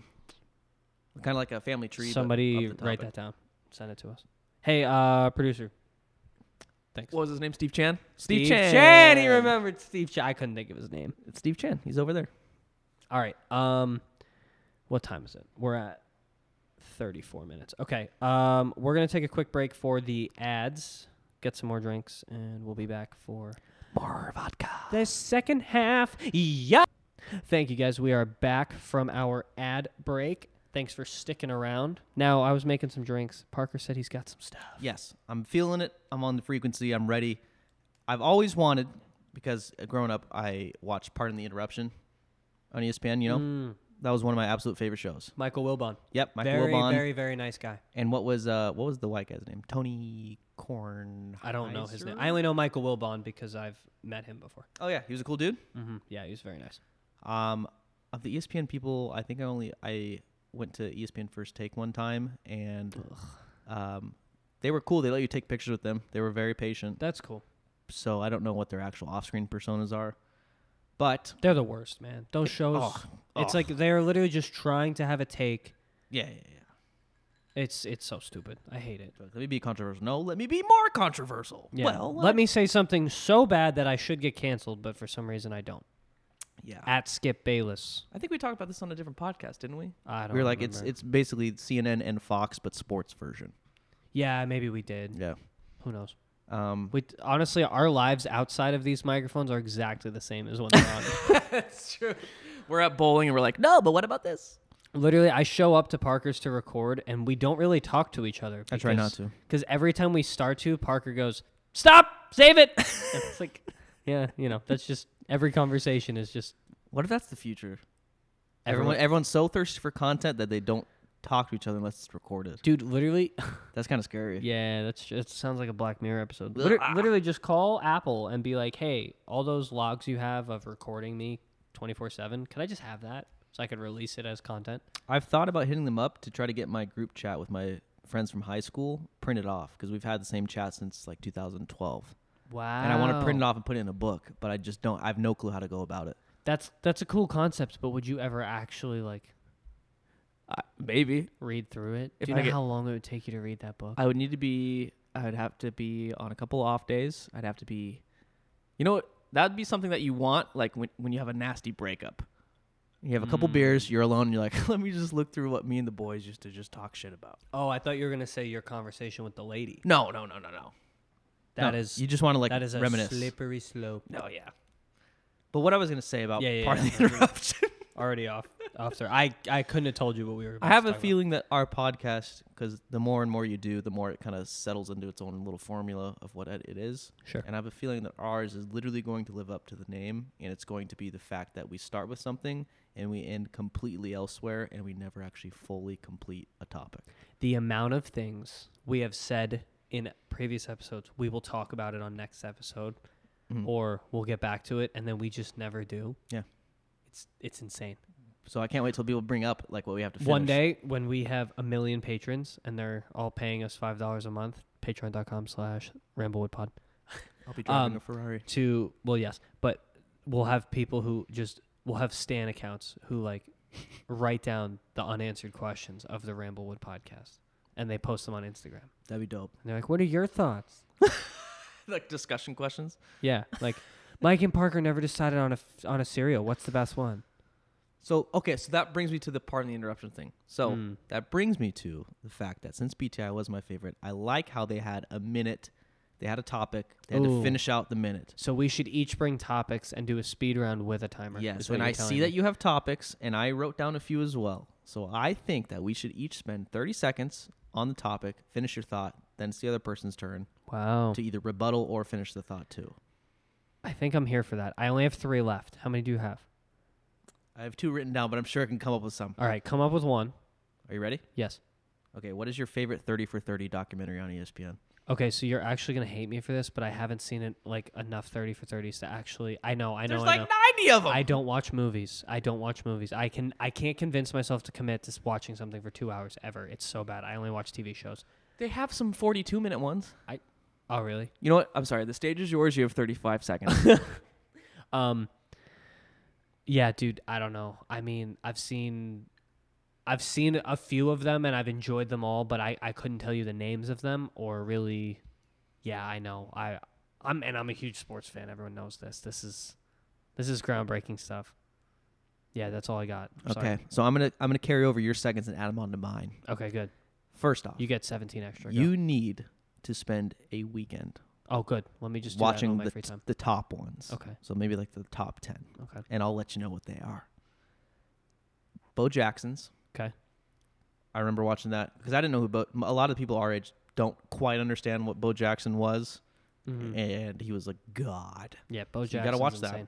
Speaker 2: Kind of like a family tree. but
Speaker 1: somebody
Speaker 2: of the
Speaker 1: write
Speaker 2: topic.
Speaker 1: that down. Send it to us. Hey, uh, producer. Thanks.
Speaker 3: What was his name? Steve Chan.
Speaker 1: Chan. He remembered Steve Chan. I couldn't think of his name.
Speaker 2: It's Steve Chan. He's over there.
Speaker 1: All right. Um, what time is it? We're at 34 minutes. Okay. Um, we're gonna take a quick break for the ads, get some more drinks, and we'll be back for
Speaker 2: More vodka.
Speaker 1: the second half. Yeah. Thank you guys. We are back from our ad break. Thanks for sticking around. Now I was making some drinks. Parker said he's got some stuff.
Speaker 2: Yes, I'm feeling it. I'm on the frequency. I'm ready. I've always wanted because uh, growing up, I watched Pardon the Interruption on E ESPN.
Speaker 1: Mm-hmm.
Speaker 2: You know, that was one of my absolute favorite shows.
Speaker 1: Mm, Michael Wilbon.
Speaker 2: Yep, Michael
Speaker 1: very,
Speaker 2: Wilbon.
Speaker 1: very, very nice guy.
Speaker 2: and what was uh what was the white guy's name? Tony Corn.
Speaker 1: I don't know his name. I only know Michael Wilbon because I've met him before.
Speaker 2: Oh yeah, he was a cool dude.
Speaker 1: Mm-hmm. Yeah, he was very nice.
Speaker 2: Um, of the ESPN people, I think I only I went to E ESPN First Take one time, and um, they were cool. They let you take pictures with them. They were very patient.
Speaker 1: That's cool.
Speaker 2: So I don't know what their actual off-screen personas are, but
Speaker 1: They're the worst, man. Those shows.
Speaker 2: oh,
Speaker 1: It's
Speaker 2: oh.
Speaker 1: like they're literally just trying to have a take.
Speaker 2: yeah, yeah, yeah.
Speaker 1: It's it's so stupid. I hate it.
Speaker 2: Let me be controversial. No, let me be more controversial.
Speaker 1: Yeah.
Speaker 2: Well, uh,
Speaker 1: let me say something so bad that I should get canceled, but for some reason I don't.
Speaker 2: Yeah.
Speaker 1: At Skip Bayless.
Speaker 3: I think we talked about this on a different podcast, didn't we?
Speaker 1: I don't.
Speaker 2: we were like, it's
Speaker 1: remember.
Speaker 2: it's basically CNN and Fox, but sports version.
Speaker 1: Yeah, maybe we did.
Speaker 2: Yeah.
Speaker 1: Who knows?
Speaker 2: Um,
Speaker 1: We honestly, our lives outside of these microphones are exactly the same as when they're
Speaker 2: <laughs>
Speaker 1: on.
Speaker 3: That's true. We're at bowling and we're like, no, but what about this?
Speaker 1: Literally, I show up to Parker's to record, and we don't really talk to each other.
Speaker 2: I try not to.
Speaker 1: Because every time we start to, Parker goes, "Stop! Save it!" <laughs> And <laughs> it's like, yeah, you know, that's just every conversation is just
Speaker 2: what if that's the future?
Speaker 1: everyone.
Speaker 2: Everyone, everyone's so thirsty for content that they don't talk to each other unless it's recorded.
Speaker 1: Dude, literally,
Speaker 2: That's kind of scary.
Speaker 1: <laughs> yeah, that's ju- it. Sounds like a Black Mirror episode. Liter- literally, just call Apple and be like, "Hey, all those logs you have of recording me twenty four seven, could I just have that so I could release it as content?"
Speaker 2: I've thought about hitting them up to try to get my group chat with my friends from high school printed off because we've had the same chat since like 2012,
Speaker 1: Wow.
Speaker 2: and I want to print it off and put it in a book, but I just don't. I have no clue how to go about it.
Speaker 1: That's that's a cool concept, but would you ever actually like
Speaker 3: Uh, maybe.
Speaker 1: read through it?
Speaker 3: If
Speaker 1: Do you
Speaker 3: I
Speaker 1: know
Speaker 3: get-
Speaker 1: how long it would take you to read that book?
Speaker 3: I would need to be. I would have to be on a couple off days. I'd have to be. You know what? That'd be something that you want, like when when you have a nasty breakup.
Speaker 2: You
Speaker 3: Mm. <laughs>
Speaker 2: have a
Speaker 1: Hmm.
Speaker 2: couple beers, you're alone, and you're like, let me just look through what me and the boys used to just talk shit about.
Speaker 1: oh, I thought you were gonna say your conversation with the lady.
Speaker 3: No, no, no, no, no.
Speaker 1: That
Speaker 2: No,
Speaker 1: is
Speaker 2: you just want to like
Speaker 1: that is a
Speaker 2: reminisce.
Speaker 1: slippery slope.
Speaker 3: No, yeah.
Speaker 2: But what I was gonna say about
Speaker 1: Yeah, yeah,
Speaker 2: part
Speaker 3: <laughs>
Speaker 1: yeah.
Speaker 2: of the interruption,
Speaker 1: Already off off there. I I couldn't have told you what we were. About
Speaker 2: I have
Speaker 1: to
Speaker 2: a
Speaker 1: talk
Speaker 2: feeling that our podcast, because the more and more you do, the more it kind of settles into its own little formula of what it it is.
Speaker 1: Sure.
Speaker 2: And I have a feeling that ours is literally going to live up to the name, and it's going to be the fact that we start with something and we end completely elsewhere, and we never actually fully complete a topic.
Speaker 1: about. the amount of things we have said in previous episodes. We will talk about it on next episode, or we'll get back to it, and then we just never do.
Speaker 2: Mm-hmm. Yeah.
Speaker 1: It's it's insane.
Speaker 2: So I can't wait till people bring up like what we have to. Finish.
Speaker 1: One day when we have a million patrons and they're all paying us five dollars a month, patreon.com slash ramblewoodpod
Speaker 2: I'll
Speaker 1: driving
Speaker 2: be driving
Speaker 1: um, a
Speaker 2: a Ferrari.
Speaker 1: to well yes, but we'll have people who just we'll have Stan accounts who like <laughs> write down the unanswered questions of the Ramblewood podcast and they post them on Instagram.
Speaker 2: That'd
Speaker 1: <laughs>
Speaker 2: be dope.
Speaker 1: And they're like, What are your thoughts?
Speaker 3: like discussion questions.
Speaker 1: Yeah. Like Mike and Parker never decided on a f- on a cereal. What's the best one?
Speaker 2: So okay, so that brings me to the part of the interruption thing. So
Speaker 1: Mm.
Speaker 2: that brings me to the fact that since BTI was my favorite, I like how they had a minute, they had a topic, they had
Speaker 1: Ooh.
Speaker 2: to finish out the minute.
Speaker 1: So we should each bring topics and do a speed round with a timer.
Speaker 2: Yes,
Speaker 1: is what
Speaker 2: and
Speaker 1: you're
Speaker 2: I
Speaker 1: telling
Speaker 2: see
Speaker 1: me.
Speaker 2: that you have topics, and I wrote down a few as well. So I think that we should each spend 30 seconds on the topic, finish your thought, then it's the other person's turn
Speaker 1: Wow.
Speaker 2: to either rebuttal or finish the thought too.
Speaker 1: I think I'm here for that. I only have three left. How many do you have?
Speaker 2: I have two written down, but I'm sure I can come up with some.
Speaker 1: All right, come up with one.
Speaker 2: Are you ready?
Speaker 1: Yes.
Speaker 2: Okay, what is your favorite 30 for 30 documentary on E ESPN?
Speaker 1: Okay, so you're actually gonna hate me for this, but I haven't seen it like enough thirty for thirties to actually. I know, I know,
Speaker 2: There's
Speaker 1: I
Speaker 2: like
Speaker 1: know.
Speaker 2: 90 of them.
Speaker 1: I don't watch movies. I don't watch movies. I can, I can't convince myself to commit to s- watching something for two hours ever. It's so bad. I only watch TV shows.
Speaker 3: They have some 42 minute ones.
Speaker 1: Oh, really?
Speaker 3: You know what? I'm sorry. The stage is yours. You have 35 seconds.
Speaker 1: Um. Yeah, dude. I don't know. I mean, I've seen, I've seen a few of them, and I've enjoyed them all, but I I couldn't tell you the names of them or really. Yeah, I know. I I'm and I'm a huge sports fan. Everyone knows this. This is, this is groundbreaking stuff. Yeah, that's all I got. I'm
Speaker 2: Okay,
Speaker 1: sorry.
Speaker 2: so I'm gonna I'm gonna carry over your seconds and add them onto mine.
Speaker 1: Okay. Good.
Speaker 2: First off,
Speaker 1: You get 17 extra. go.
Speaker 2: you need to spend a weekend
Speaker 1: Oh, good. Let me just do that
Speaker 2: watching
Speaker 1: in all my
Speaker 2: the,
Speaker 1: free time.
Speaker 2: the top ones.
Speaker 1: Okay.
Speaker 2: So maybe like the top ten,
Speaker 1: Okay.
Speaker 2: and I'll let you know what they are. Bo Jackson's.
Speaker 1: Okay.
Speaker 2: I remember watching that because I didn't know who Bo. A lot of people our age don't quite understand what Bo Jackson was,
Speaker 1: Mhm.
Speaker 2: and he was like god.
Speaker 1: Yeah, Bo
Speaker 2: So
Speaker 1: Jackson.
Speaker 2: you gotta watch that.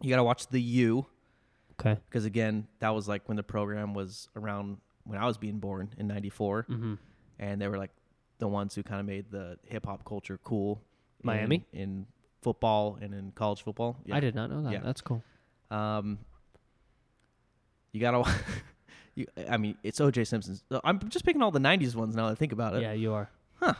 Speaker 2: You gotta watch the U
Speaker 1: that. Okay.
Speaker 2: because again, that was like when the program was around when I was being born in '94.
Speaker 1: Mm-hmm.
Speaker 2: and they were like the ones who kind of made the hip hop culture cool. in-
Speaker 1: Miami?
Speaker 2: in, football and in college football.
Speaker 1: I did not know that.
Speaker 2: Yeah.
Speaker 1: That's cool.
Speaker 2: Um, you gotta. <laughs> you, I mean, it's O.J. Simpson's. Uh, I'm just picking all the '90s ones now. That I think about it.
Speaker 1: Yeah, you are.
Speaker 2: I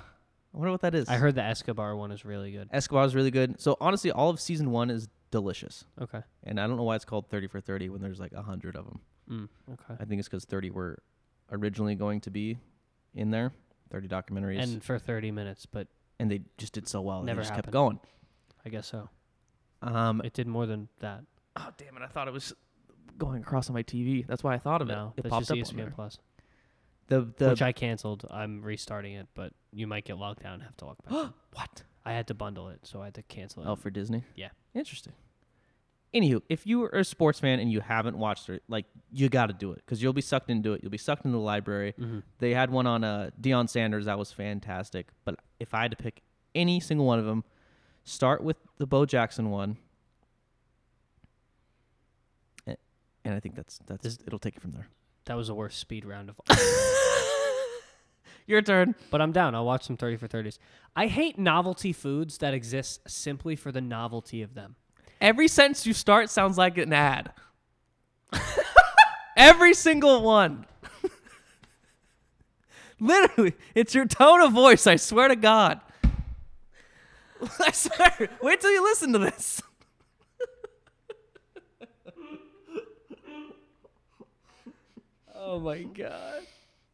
Speaker 2: wonder what that is.
Speaker 1: I heard the Escobar one is really good.
Speaker 2: Escobar's really good. So honestly, all of season one is delicious,
Speaker 1: Okay.
Speaker 2: and I don't know why it's called 30 for 30 when there's like a hundred of them.
Speaker 1: Mm, okay.
Speaker 2: I think it's because 30 were originally going to be in there, 30 documentaries, and,
Speaker 1: and for 30 minutes, but
Speaker 2: they just did so well.
Speaker 1: Never
Speaker 2: they just kept
Speaker 1: happened.
Speaker 2: going.
Speaker 1: I guess so.
Speaker 2: Um,
Speaker 1: It did more than that.
Speaker 3: Oh damn it! I thought it was going across on my TV. That's why I thought of
Speaker 1: No,
Speaker 3: it. It
Speaker 1: that's
Speaker 3: popped
Speaker 1: just
Speaker 3: up on
Speaker 1: ESPN
Speaker 3: there.
Speaker 1: Plus,
Speaker 2: the the
Speaker 1: which I canceled. I'm restarting it, but you might get locked down and have to log back. in.
Speaker 2: what?
Speaker 1: I had to bundle it, so I had to cancel it.
Speaker 2: Oh, for Disney.
Speaker 1: Yeah.
Speaker 2: Interesting. Anywho, if you are a sports fan and you haven't watched it, like you got to do it because you'll be sucked into it. You'll be sucked into the library.
Speaker 1: Mhm.
Speaker 2: They had one on uh, Deion Sanders that was fantastic. But if I had to pick any single one of them, start with the Bo Jackson one, A- and I think that's that's
Speaker 1: Does-
Speaker 2: it'll take it from there.
Speaker 1: That was the worst speed round of all.
Speaker 2: Your turn.
Speaker 1: but I'm down. I'll watch some 30 for 30s. I hate novelty foods that exist simply for the novelty of them.
Speaker 3: Every sentence you start sounds like an ad. <laughs> Every single one. <laughs> Literally, it's your tone of voice. I swear to God. <laughs> I swear. Wait till you listen to this.
Speaker 1: Oh my god.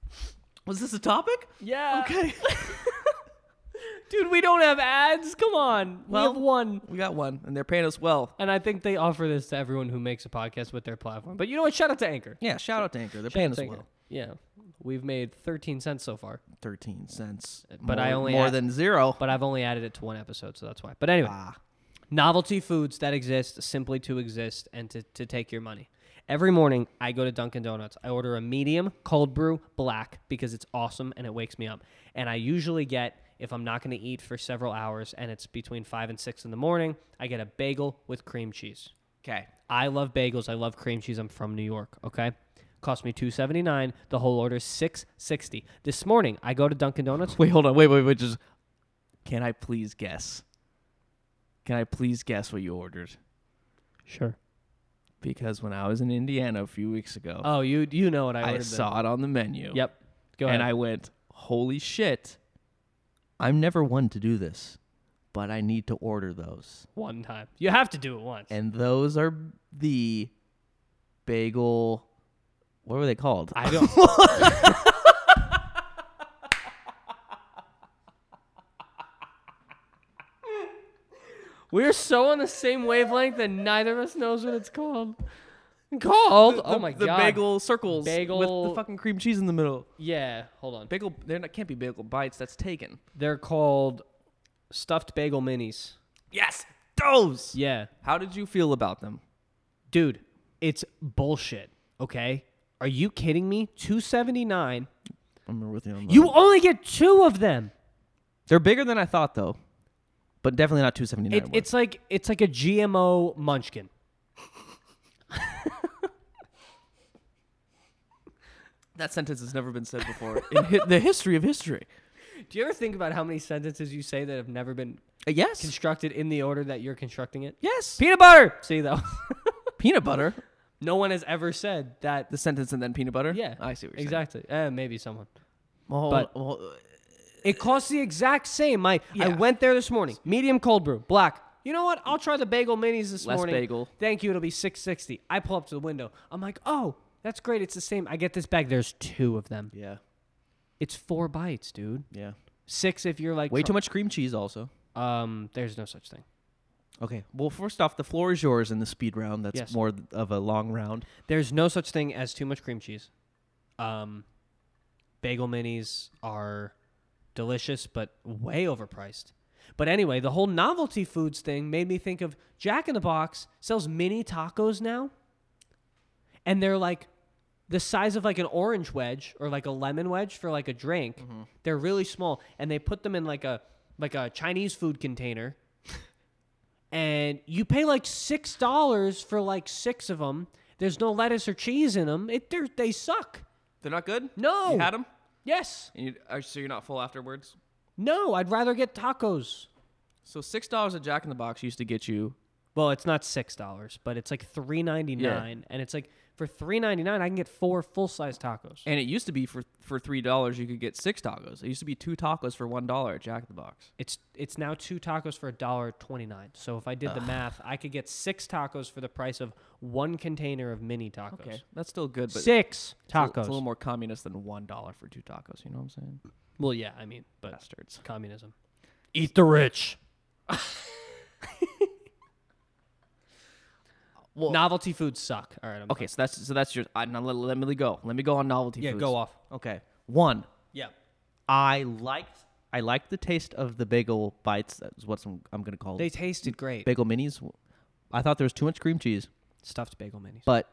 Speaker 3: <laughs> Was this a topic?
Speaker 1: Yeah. Okay. Dude, we don't have ads. Come on.
Speaker 3: Well-
Speaker 1: we have one.
Speaker 3: We got one, and they're paying us well.
Speaker 1: And I think they offer this to everyone who makes a podcast with their platform. But you know what? Shout out to Anchor.
Speaker 2: Yeah, shout out to Anchor. They're
Speaker 1: Shout
Speaker 2: paying
Speaker 1: out
Speaker 2: us
Speaker 1: to Anchor.
Speaker 2: well.
Speaker 1: Yeah. We've made 13 cents so far,
Speaker 2: Thirteen cents.
Speaker 1: But I
Speaker 2: More-
Speaker 1: only
Speaker 2: more
Speaker 1: had-
Speaker 2: than zero.
Speaker 1: but I've only added it to one episode, so that's why. But anyway,
Speaker 2: Ah.
Speaker 1: novelty foods that exist simply to exist and to, to take your money. Every morning, I go to Dunkin' Donuts. I order a medium cold brew black because it's awesome and it wakes me up. And I usually get, if I'm not going to eat for several hours and it's between 5 and 6 in the morning, I get a bagel with cream cheese.
Speaker 3: Okay.
Speaker 1: I love bagels. I love cream cheese. I'm from New York. Okay, cost me two seventy nine. The whole order is six sixty. This morning I go to Dunkin' Donuts.
Speaker 3: Wait, hold on. Wait, wait, wait. Just can I please guess? Can I please guess what you ordered?
Speaker 1: Sure.
Speaker 3: Because when I was in Indiana a few weeks ago,
Speaker 1: Oh, you you know what I
Speaker 3: I,
Speaker 1: ordered? then.
Speaker 3: saw it on the menu.
Speaker 1: Yep. Go
Speaker 3: and
Speaker 1: ahead.
Speaker 3: I went, "Holy shit!"
Speaker 2: I'm never one to do this, but I need to order those.
Speaker 1: One time. You have to do it once.
Speaker 2: And those are the bagel what were they called?
Speaker 1: I don't. We're so on the same wavelength that neither of us knows what it's called. Called? oh my
Speaker 3: the
Speaker 1: god.
Speaker 3: bagel circles with
Speaker 1: Bagel-
Speaker 3: Uh, the fucking cream cheese in the middle.
Speaker 1: Yeah. Hold on.
Speaker 3: Bagel, they not can't be bagel bites. That's taken.
Speaker 1: They're called stuffed bagel minis.
Speaker 3: Yes, those.
Speaker 1: Yeah.
Speaker 3: How did you feel about them?
Speaker 1: Dude, it's bullshit. Okay? Are you kidding me? 279.
Speaker 2: I'm with you on that.
Speaker 1: You only get two of them.
Speaker 2: They're bigger than I thought though. But definitely not 279.
Speaker 1: It, it's like it's like a GMO munchkin.
Speaker 3: That sentence has never been
Speaker 2: <laughs>
Speaker 3: said before in hi- the history of history.
Speaker 1: Do you ever think about how many sentences you say that have never been
Speaker 2: Uh, yes.
Speaker 1: constructed in the order that you're constructing it?
Speaker 3: Yes,
Speaker 1: Peanut butter. See though. <laughs>
Speaker 3: peanut butter.
Speaker 1: no one has ever said that.
Speaker 3: The sentence and then peanut butter.
Speaker 1: Yeah.
Speaker 3: I see what you're
Speaker 1: Exactly. Eh, maybe someone.
Speaker 2: Well,
Speaker 1: but-
Speaker 2: well, uh,
Speaker 1: It costs the exact same. My I
Speaker 3: Yeah.
Speaker 1: went there this morning. Medium cold brew, black. You know what? I'll try the bagel minis this
Speaker 3: Less
Speaker 1: morning.
Speaker 3: bagel.
Speaker 1: Thank you. It'll be six sixty. I pull up to the window. I'm like, oh, that's great. It's the same. I get this bag. There's two of them.
Speaker 2: yeah.
Speaker 1: It's four bites, dude.
Speaker 2: Yeah.
Speaker 1: Six if you're like
Speaker 2: Way too much cream cheese also.
Speaker 1: much. Um, there's no such thing.
Speaker 2: Okay. Well, first off, the floor is yours in the speed round. That's
Speaker 1: Yes.
Speaker 2: more of a long round.
Speaker 1: There's no such thing as too much cream cheese. Um, bagel minis are delicious, but way overpriced. But anyway, the whole novelty foods thing made me think of Jack in the Box sells mini tacos now, and they're like the size of like an orange wedge or like a lemon wedge for like a drink. They're really small, and they put them in like a like a Chinese food container and you pay like six dollars for like six of them. There's no lettuce or cheese in them. It they're- they suck.
Speaker 3: They're not good.
Speaker 1: No.
Speaker 3: you had them,
Speaker 1: Yes.
Speaker 3: and you, uh, so you're not full afterwards.
Speaker 1: No. I'd rather get tacos.
Speaker 3: So six dollars at Jack in the Box used to get you
Speaker 1: Well, it's not six dollars, but it's like three ninety nine, and it's like for three ninety nine, I can get four full size tacos.
Speaker 3: And it used to be for for three dollars you could get six tacos. It used to be two tacos for one dollar at Jack in the Box.
Speaker 1: It's it's now two tacos for a dollar twenty nine. So if I did the math, I could get six tacos for the price of one container of mini tacos.
Speaker 3: Okay, that's still good, but um,
Speaker 1: Six
Speaker 3: it's a-
Speaker 1: tacos.
Speaker 3: It's a, little more communist than one dollar for two tacos. You know what I'm saying?
Speaker 1: well, yeah, I mean, but
Speaker 3: Bastards.
Speaker 1: communism. Eat the <laughs> rich.
Speaker 3: Well-
Speaker 1: Novelty foods suck. All right. I'm
Speaker 3: Okay, so that's so that's your. I, now let, let me go. Let me go on novelty.
Speaker 1: Yeah,
Speaker 3: foods.
Speaker 1: go off.
Speaker 2: Okay. One,
Speaker 1: Yeah.
Speaker 2: I liked I liked the taste of the bagel bites. That's what I'm, I'm gonna call
Speaker 1: They
Speaker 2: them.
Speaker 1: tasted great.
Speaker 2: bagel minis. I thought there was too much cream cheese,
Speaker 1: Stuffed bagel minis.
Speaker 2: but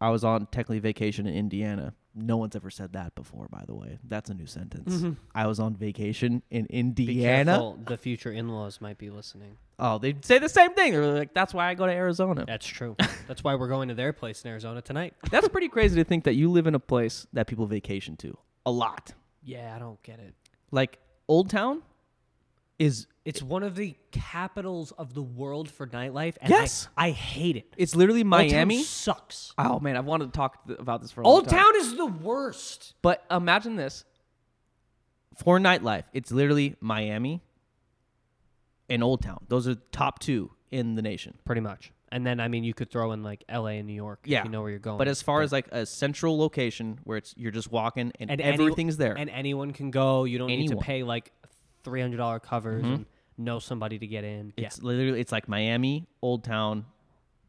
Speaker 2: I was on technically vacation in Indiana. No one's ever said that before, by the way. That's a new sentence.
Speaker 3: Mm-hmm.
Speaker 2: I was on vacation in
Speaker 1: Be
Speaker 2: Indiana.
Speaker 1: careful, the future in-laws might be listening.
Speaker 2: Oh, they say the same thing. They're like, "That's why I go to Arizona."
Speaker 1: That's true. <laughs> That's why we're going to their place in Arizona tonight.
Speaker 2: That's pretty crazy to think that you live in a place that people vacation to a lot.
Speaker 1: Yeah, I don't get it.
Speaker 2: Like Old Town is
Speaker 1: It's one of the capitals of the world for nightlife, and
Speaker 2: Yes.
Speaker 1: I, I hate it.
Speaker 2: it's literally
Speaker 1: Old Town
Speaker 2: Miami.
Speaker 1: sucks.
Speaker 3: Oh man, I've wanted to talk th- about this for a long
Speaker 1: Old
Speaker 3: time.
Speaker 1: Town is the worst.
Speaker 3: But imagine this.
Speaker 2: for nightlife, it's literally Miami and Old Town. Those are the top two in the nation.
Speaker 1: Pretty much. And then I mean, you could throw in like L.A. and New York. if
Speaker 2: Yeah,
Speaker 1: you know where you're going.
Speaker 2: But as far as like a central location where it's you're just walking and,
Speaker 1: any-
Speaker 2: everything's there.
Speaker 1: and anyone can go. You don't need
Speaker 2: Anyone. Mm-hmm.
Speaker 1: to pay like three hundred dollar covers and know somebody to get in.
Speaker 2: it's literally it's like Miami, Old Town,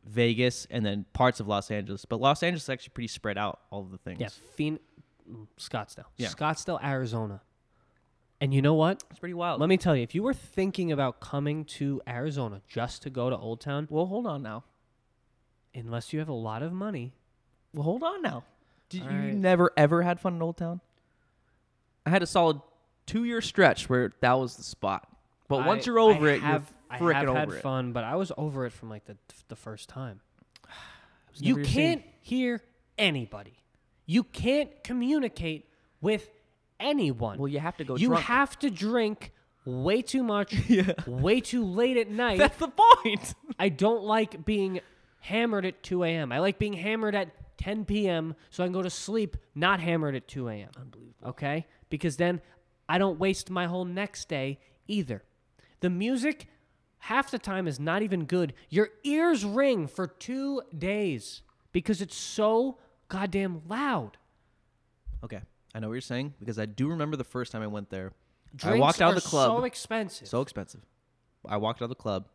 Speaker 2: Vegas, and then parts of Los Angeles. But Los Angeles is actually pretty spread out. All of the things.
Speaker 1: yeah, yeah. Phoen- mm, Scottsdale,
Speaker 2: Yeah.
Speaker 1: Scottsdale, Arizona. And you know what?
Speaker 2: it's pretty wild.
Speaker 1: Let me tell you, if you were thinking about coming to Arizona just to go to Old Town,
Speaker 2: well, hold on now.
Speaker 1: unless you have a lot of money,
Speaker 2: Well, hold on now. Did
Speaker 1: All
Speaker 2: you
Speaker 1: right.
Speaker 2: never ever had fun in Old Town?
Speaker 3: I had a solid two year stretch where that was the spot. But
Speaker 1: I-
Speaker 3: once you're over
Speaker 1: I
Speaker 3: it,
Speaker 1: have,
Speaker 3: you're freaking
Speaker 1: I have
Speaker 3: over
Speaker 1: had
Speaker 3: it.
Speaker 1: fun, but I was over it from like the the first time. <sighs>
Speaker 2: was
Speaker 1: You
Speaker 2: never your scene.
Speaker 1: can't hear anybody. You can't communicate with anyone.
Speaker 3: Well, you have to go
Speaker 1: You
Speaker 3: drunk.
Speaker 1: have to drink way too much, <laughs> way too late at <laughs> night.
Speaker 3: <laughs> That's the point. <laughs>
Speaker 1: I don't like being hammered at 2 a.m. I like being hammered at 10 p.m. so I can go to sleep not hammered at 2 a.m. Unbelievable. Okay? Because then I don't waste my whole next day either. The music half the time is not even good. Your ears ring for two days because it's so goddamn loud.
Speaker 2: Okay, I know what you're saying because I do remember the first time I went there.
Speaker 1: Drinks
Speaker 2: I walked out
Speaker 1: are
Speaker 2: of the club.
Speaker 1: so expensive.
Speaker 2: so expensive. I walked out of the club,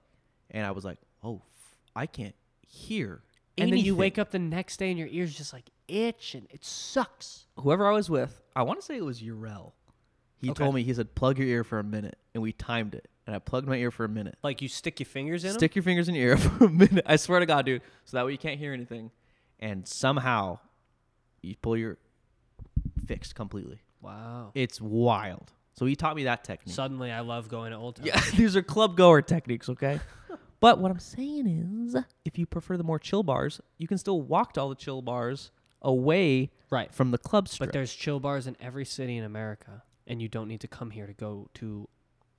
Speaker 2: and I was like, "Oh, f- I can't hear."
Speaker 1: and then you
Speaker 2: anything."
Speaker 1: wake up the next day and your ears just like itch and it sucks.
Speaker 2: Whoever I was with, I want to say it was Urel. He
Speaker 1: Okay.
Speaker 2: told me he said, "Plug your ear for a minute," and we timed it. And I plugged my ear for a minute.
Speaker 1: Like you stick your fingers in 'em?
Speaker 2: Stick your fingers in your ear <laughs> for a minute. I swear to God, dude. So that way you can't hear anything, and somehow you pull your fixed completely.
Speaker 1: Wow.
Speaker 2: It's wild. So he taught me that technique.
Speaker 1: Suddenly, I love going to Old Town.
Speaker 2: Yeah, these are club goer techniques, okay? but what I'm saying is, if you prefer the more chill bars, you can still walk to all the chill bars away
Speaker 1: <laughs> Right.
Speaker 2: from the club strip.
Speaker 1: But there's chill bars in every city in America, and you don't need to come here to go to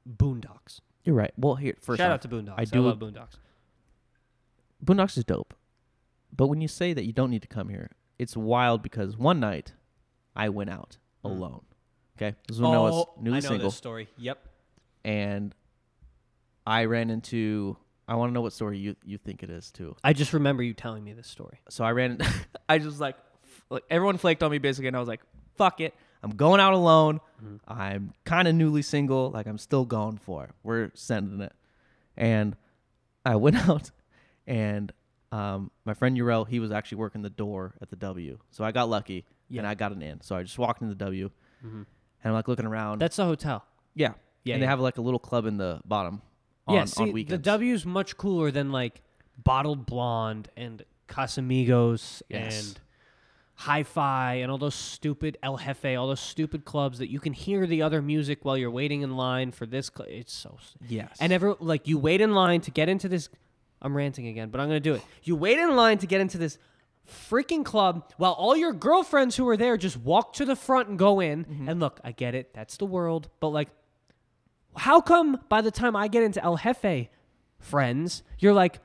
Speaker 1: Boondocks.
Speaker 2: You're right. Well, here first
Speaker 1: Shout
Speaker 2: off,
Speaker 1: out to Boondocks.
Speaker 2: I
Speaker 1: I do
Speaker 2: do-
Speaker 1: love Boondocks.
Speaker 2: Boondocks is dope. But when you say that you don't need to come here, it's wild because one night I went out alone. Okay, this is when I was
Speaker 1: Hmm. Oh,
Speaker 2: newly
Speaker 1: I know
Speaker 2: single,
Speaker 1: this story. Yep.
Speaker 2: and I ran into. I want to know what story you you think it is too.
Speaker 1: I just remember you telling me this story.
Speaker 2: so I ran. I just was like, f- like everyone flaked on me basically, and I was like, "Fuck it, I'm going out alone.
Speaker 1: Mm-hmm.
Speaker 2: I'm kind of newly single. Like I'm still going for it. We're sending it." And I went <laughs> out, and um, my friend Urel, he was actually working the door at the W, so I got lucky and I got an in. So I just walked in the W, and I'm like looking around.
Speaker 1: That's the hotel.
Speaker 2: yeah,
Speaker 1: Mm-hmm. Yeah,
Speaker 2: And
Speaker 1: yeah.
Speaker 2: they have like a little club in the bottom. On,
Speaker 1: yeah. See,
Speaker 2: on
Speaker 1: the
Speaker 2: weekends.
Speaker 1: W's much cooler than like Bottled Blonde and Casamigos
Speaker 2: Yes.
Speaker 1: and Hi-Fi and all those stupid El Jefe, all those stupid clubs that you can hear the other music while you're waiting in line for this. Cl- it's so. s-
Speaker 2: yes,
Speaker 1: And every like you wait in line to get into this I'm ranting again, but I'm going to do it. You wait in line to get into this freaking club while all your girlfriends who are there just walk to the front and go in.
Speaker 2: Mm-hmm.
Speaker 1: And look, I get it. That's the world. But like how come by the time I get into El Jefe friends, you're like,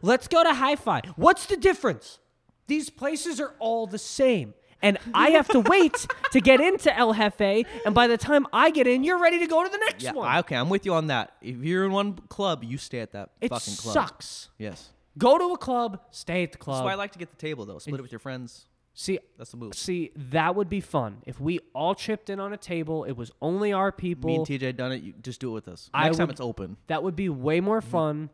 Speaker 1: Let's go to Hi Fi. What's the difference? These places are all the same. And I have to
Speaker 2: <laughs>
Speaker 1: wait to get into El Jefe. And by the time I get in, you're ready to go to the next
Speaker 2: Yeah,
Speaker 1: one.
Speaker 2: I- okay, I'm with you on that. If you're in one club, you stay at that
Speaker 1: it
Speaker 2: fucking club.
Speaker 1: sucks. Uh,
Speaker 2: Yes.
Speaker 1: Go to a club, stay at the
Speaker 2: That's
Speaker 1: club.
Speaker 2: why I like to get the table though. Split it with your friends.
Speaker 1: See,
Speaker 2: That's the move.
Speaker 1: see, that would be fun if we all chipped in on a table. It was only our people.
Speaker 2: Me and TJ done it. You just do it with us. Next
Speaker 1: I
Speaker 2: time
Speaker 1: would-
Speaker 2: it's open.
Speaker 1: That would be way more
Speaker 2: Mm.
Speaker 1: fun.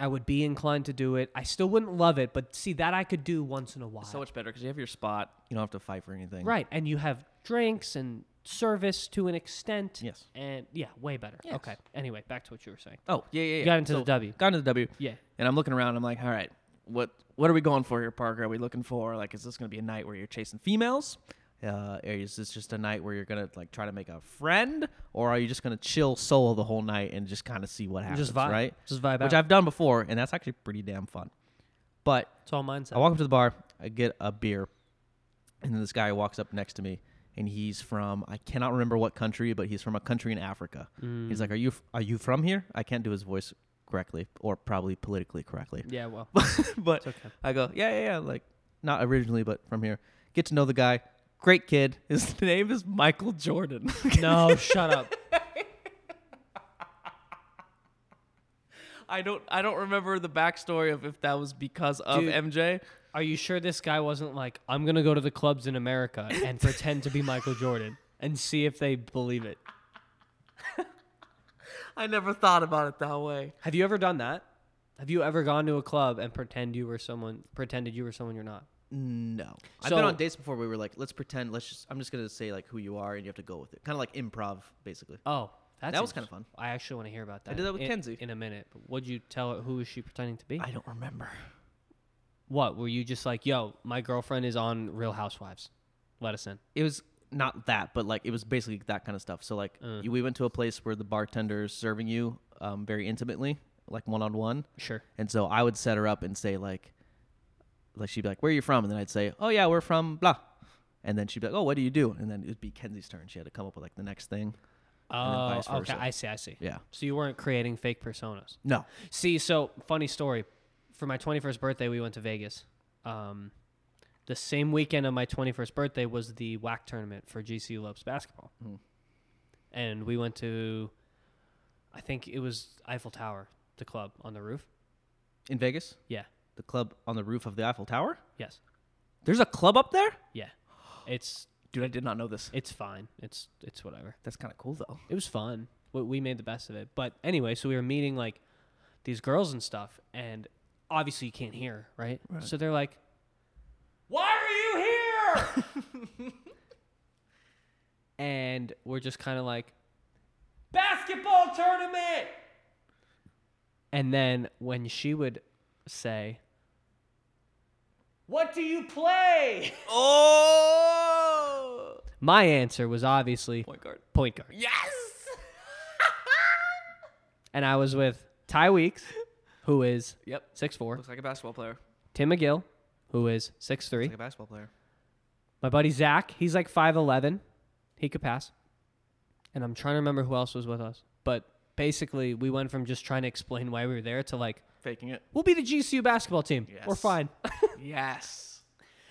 Speaker 1: I would be inclined to do it. I still wouldn't love it, but see that I could do once in a while.
Speaker 3: So much better because you have your spot.
Speaker 2: You don't have to fight for anything.
Speaker 1: right, and you have drinks and service to an extent.
Speaker 2: Yes.
Speaker 1: And yeah, way better. Okay. Anyway, back to what you were saying.
Speaker 2: Oh yeah, yeah. yeah.
Speaker 1: You got into the W.
Speaker 2: Got into the W.
Speaker 1: Yeah.
Speaker 3: And I'm looking around. I'm like, all right, what what are we going for here, Parker? Are we looking for like, is this gonna be a night where you're chasing
Speaker 2: Females. Uh, or is this just a night where you're gonna like try to make a friend, or are you just gonna chill solo the whole night and just kind of see what happens?
Speaker 1: Just vibe.
Speaker 2: right?
Speaker 1: Just vibe
Speaker 2: Which
Speaker 1: out.
Speaker 2: I've done before, and that's actually pretty damn fun. But
Speaker 1: It's all mindset.
Speaker 2: I walk up to the bar, I get a beer, and then this guy walks up next to me, and he's from I cannot remember what country, but he's from a country in Africa. He's like, "Are you f- are you from here?" I can't do his voice correctly, or probably
Speaker 1: <laughs>
Speaker 2: politically correctly.
Speaker 1: yeah.
Speaker 2: <laughs>
Speaker 1: Well.
Speaker 2: but I go, "Yeah, yeah, yeah," like not originally, but from here. Get to know the guy. Great kid. <laughs> His name is Michael Jordan.
Speaker 1: no. Shut up.
Speaker 3: I don't I don't remember the backstory of if that was because of
Speaker 1: Dude.
Speaker 3: MJ.
Speaker 1: Are you sure this guy wasn't like, I'm gonna go to the clubs in America and pretend to be Michael Jordan and see if they believe it?
Speaker 3: I never thought about it that way.
Speaker 1: Have you ever done that? Have you ever gone to a club and pretend you were someone pretended you were someone you're not?
Speaker 2: no, I've
Speaker 1: So-
Speaker 2: been on dates before. where We were like, "Let's pretend. Let's just. I'm just gonna say like who you are, and you have to go with it. Kind of like improv, basically."
Speaker 1: Oh, that's
Speaker 2: That was
Speaker 1: interesting.
Speaker 2: kinda
Speaker 1: I actually want to hear about that.
Speaker 2: did that with
Speaker 1: in,
Speaker 2: Kenzie.
Speaker 1: in a minute. But what'd you tell her? Who was she pretending to be?
Speaker 2: I don't remember.
Speaker 1: what were you just like? Yo, my girlfriend is on Real Housewives. Let us in.
Speaker 2: it was not that, but like it was basically that kind of stuff. So like
Speaker 3: Uh.
Speaker 2: you- we went to a place where the bartender is serving you um, very intimately, like one on one,
Speaker 1: Sure.
Speaker 2: and so I would set her up and say like, like she'd be like, "Where are you from?" And then I'd say, "Oh yeah, we're from blah," and then she'd be like, "Oh, what do you do?" And then it'd be Kenzie's turn. She had to come up with like the next thing. then
Speaker 1: Oh,
Speaker 2: vice
Speaker 1: okay.
Speaker 2: versa.
Speaker 1: I see. I see.
Speaker 2: Yeah.
Speaker 1: So you weren't creating fake personas.
Speaker 2: No.
Speaker 1: See, so funny story. For my 21st birthday, we went to Vegas. Um, the same weekend of my 21st birthday was the WAC tournament for GCU Lopes basketball. And we went to, I think it was Eiffel Tower, the club on the roof.
Speaker 2: In Vegas,
Speaker 1: Yeah.
Speaker 2: the club on the roof of the Eiffel Tower.
Speaker 1: Yes.
Speaker 2: There's a club up there.
Speaker 1: Yeah. It's
Speaker 3: Dude, I did not know this.
Speaker 1: it's fine. It's it's whatever.
Speaker 3: That's kind of cool though.
Speaker 1: It was fun. We- We made the best of it. But anyway, so we were meeting like these girls and stuff, and obviously you can't hear, right? So they're like, "Why are you here?"
Speaker 3: <laughs>
Speaker 1: and we're just kind of like, "Basketball tournament." And then when she would say, "What do you play?" <laughs>
Speaker 3: Oh,
Speaker 1: My answer was obviously
Speaker 3: point guard.
Speaker 1: point guard.
Speaker 3: Yes.
Speaker 1: <laughs> and I was with Ty Weeks, who is
Speaker 3: Yep.
Speaker 1: six four,
Speaker 3: Looks like a basketball player.
Speaker 1: Tim McGill, who is six three,
Speaker 2: Like a basketball player.
Speaker 1: my buddy Zach, he's like five eleven, he could pass, and I'm trying to remember who else was with us, but basically we went from just trying to explain why we were there to like
Speaker 3: Faking it.
Speaker 1: we'll be the GCU basketball team, we're
Speaker 2: Yes.
Speaker 1: fine.
Speaker 3: yes.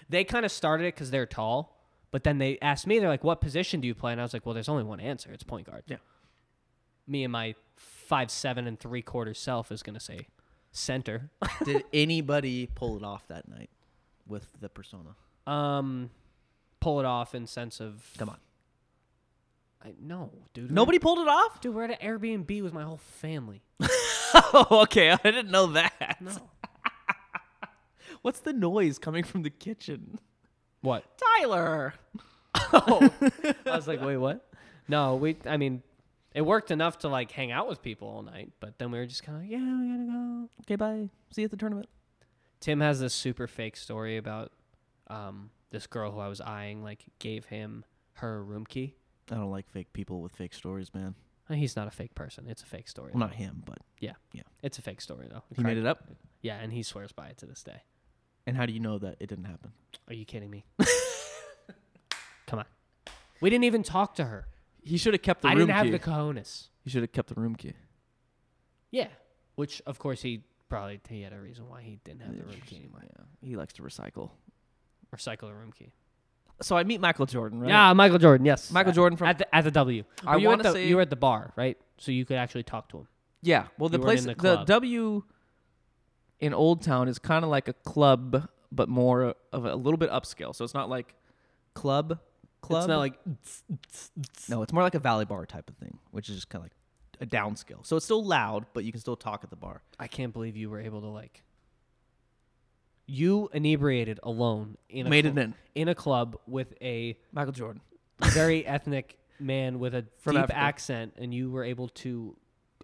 Speaker 1: they kind of started it because they're tall. But then they asked me, they're like, "What position do you play?" And I was like, "Well, there's only one answer. It's point guard."
Speaker 2: Yeah.
Speaker 1: Me and my five seven and three quarter self is gonna say center.
Speaker 2: <laughs> Did anybody pull it off that night with the persona?
Speaker 1: um, pull it off in sense of
Speaker 2: Come on.
Speaker 1: I, no, dude.
Speaker 2: Nobody pulled it
Speaker 1: <laughs>
Speaker 2: off.
Speaker 1: We're, dude, we're at an Airbnb with my whole family.
Speaker 3: oh, okay. I didn't know that.
Speaker 1: No.
Speaker 3: What's the noise coming from the kitchen?
Speaker 1: what? <laughs>
Speaker 3: Tyler.
Speaker 1: Oh. I was like, wait, what? No, we. I mean, it worked enough to like hang out with people all night, but then we were just kind of like, yeah, we gotta go.
Speaker 2: Okay, bye. See you at the tournament.
Speaker 1: Tim has this super fake story about um, this girl who I was eyeing, like, gave him her room key.
Speaker 2: I don't like fake people with fake stories, man.
Speaker 1: Uh, He's not a fake person. It's a fake story.
Speaker 2: Well, not him, but
Speaker 1: Yeah.
Speaker 2: Yeah.
Speaker 1: It's a fake story, though.
Speaker 2: he made it up.
Speaker 1: Yeah, and he swears by it to this day.
Speaker 2: And how do you know that it didn't happen?
Speaker 1: Are you kidding me? <laughs> Come on. We didn't even talk to her.
Speaker 3: He should have kept the
Speaker 1: I
Speaker 3: room
Speaker 1: didn't have
Speaker 3: key.
Speaker 1: the cojones.
Speaker 3: he should have kept the room key.
Speaker 1: Yeah. Which, of course, he probably he had a reason why he didn't have the room key anymore.
Speaker 3: Yeah. He likes to recycle.
Speaker 1: Recycle the room key.
Speaker 3: So I meet Michael Jordan, right?
Speaker 1: Yeah, Michael Jordan. Yes,
Speaker 3: Michael
Speaker 1: At-
Speaker 3: Jordan from-
Speaker 1: at the, at the W.
Speaker 3: I
Speaker 1: Were you at
Speaker 3: wanna
Speaker 1: the-
Speaker 3: say-
Speaker 1: you were at the bar, right? So you could actually talk to him.
Speaker 3: Yeah. Well, the
Speaker 1: You weren't
Speaker 3: place,
Speaker 1: in
Speaker 3: the,
Speaker 1: the club.
Speaker 3: W in Old Town is kind of like a club, but more of a, little bit upscale. So it's not like club, club.
Speaker 1: It's not like
Speaker 2: No, it's more like a valley bar type of thing, which is just kind of like a downscale. So it's still loud, but you can still talk at the bar.
Speaker 1: I can't believe you were able to like. You inebriated alone in a
Speaker 3: Made
Speaker 1: cl-
Speaker 3: it in.
Speaker 1: in a club with a
Speaker 3: Michael Jordan.
Speaker 1: very <laughs> ethnic man with a
Speaker 3: From
Speaker 1: deep
Speaker 3: Africa.
Speaker 1: accent, and you were able to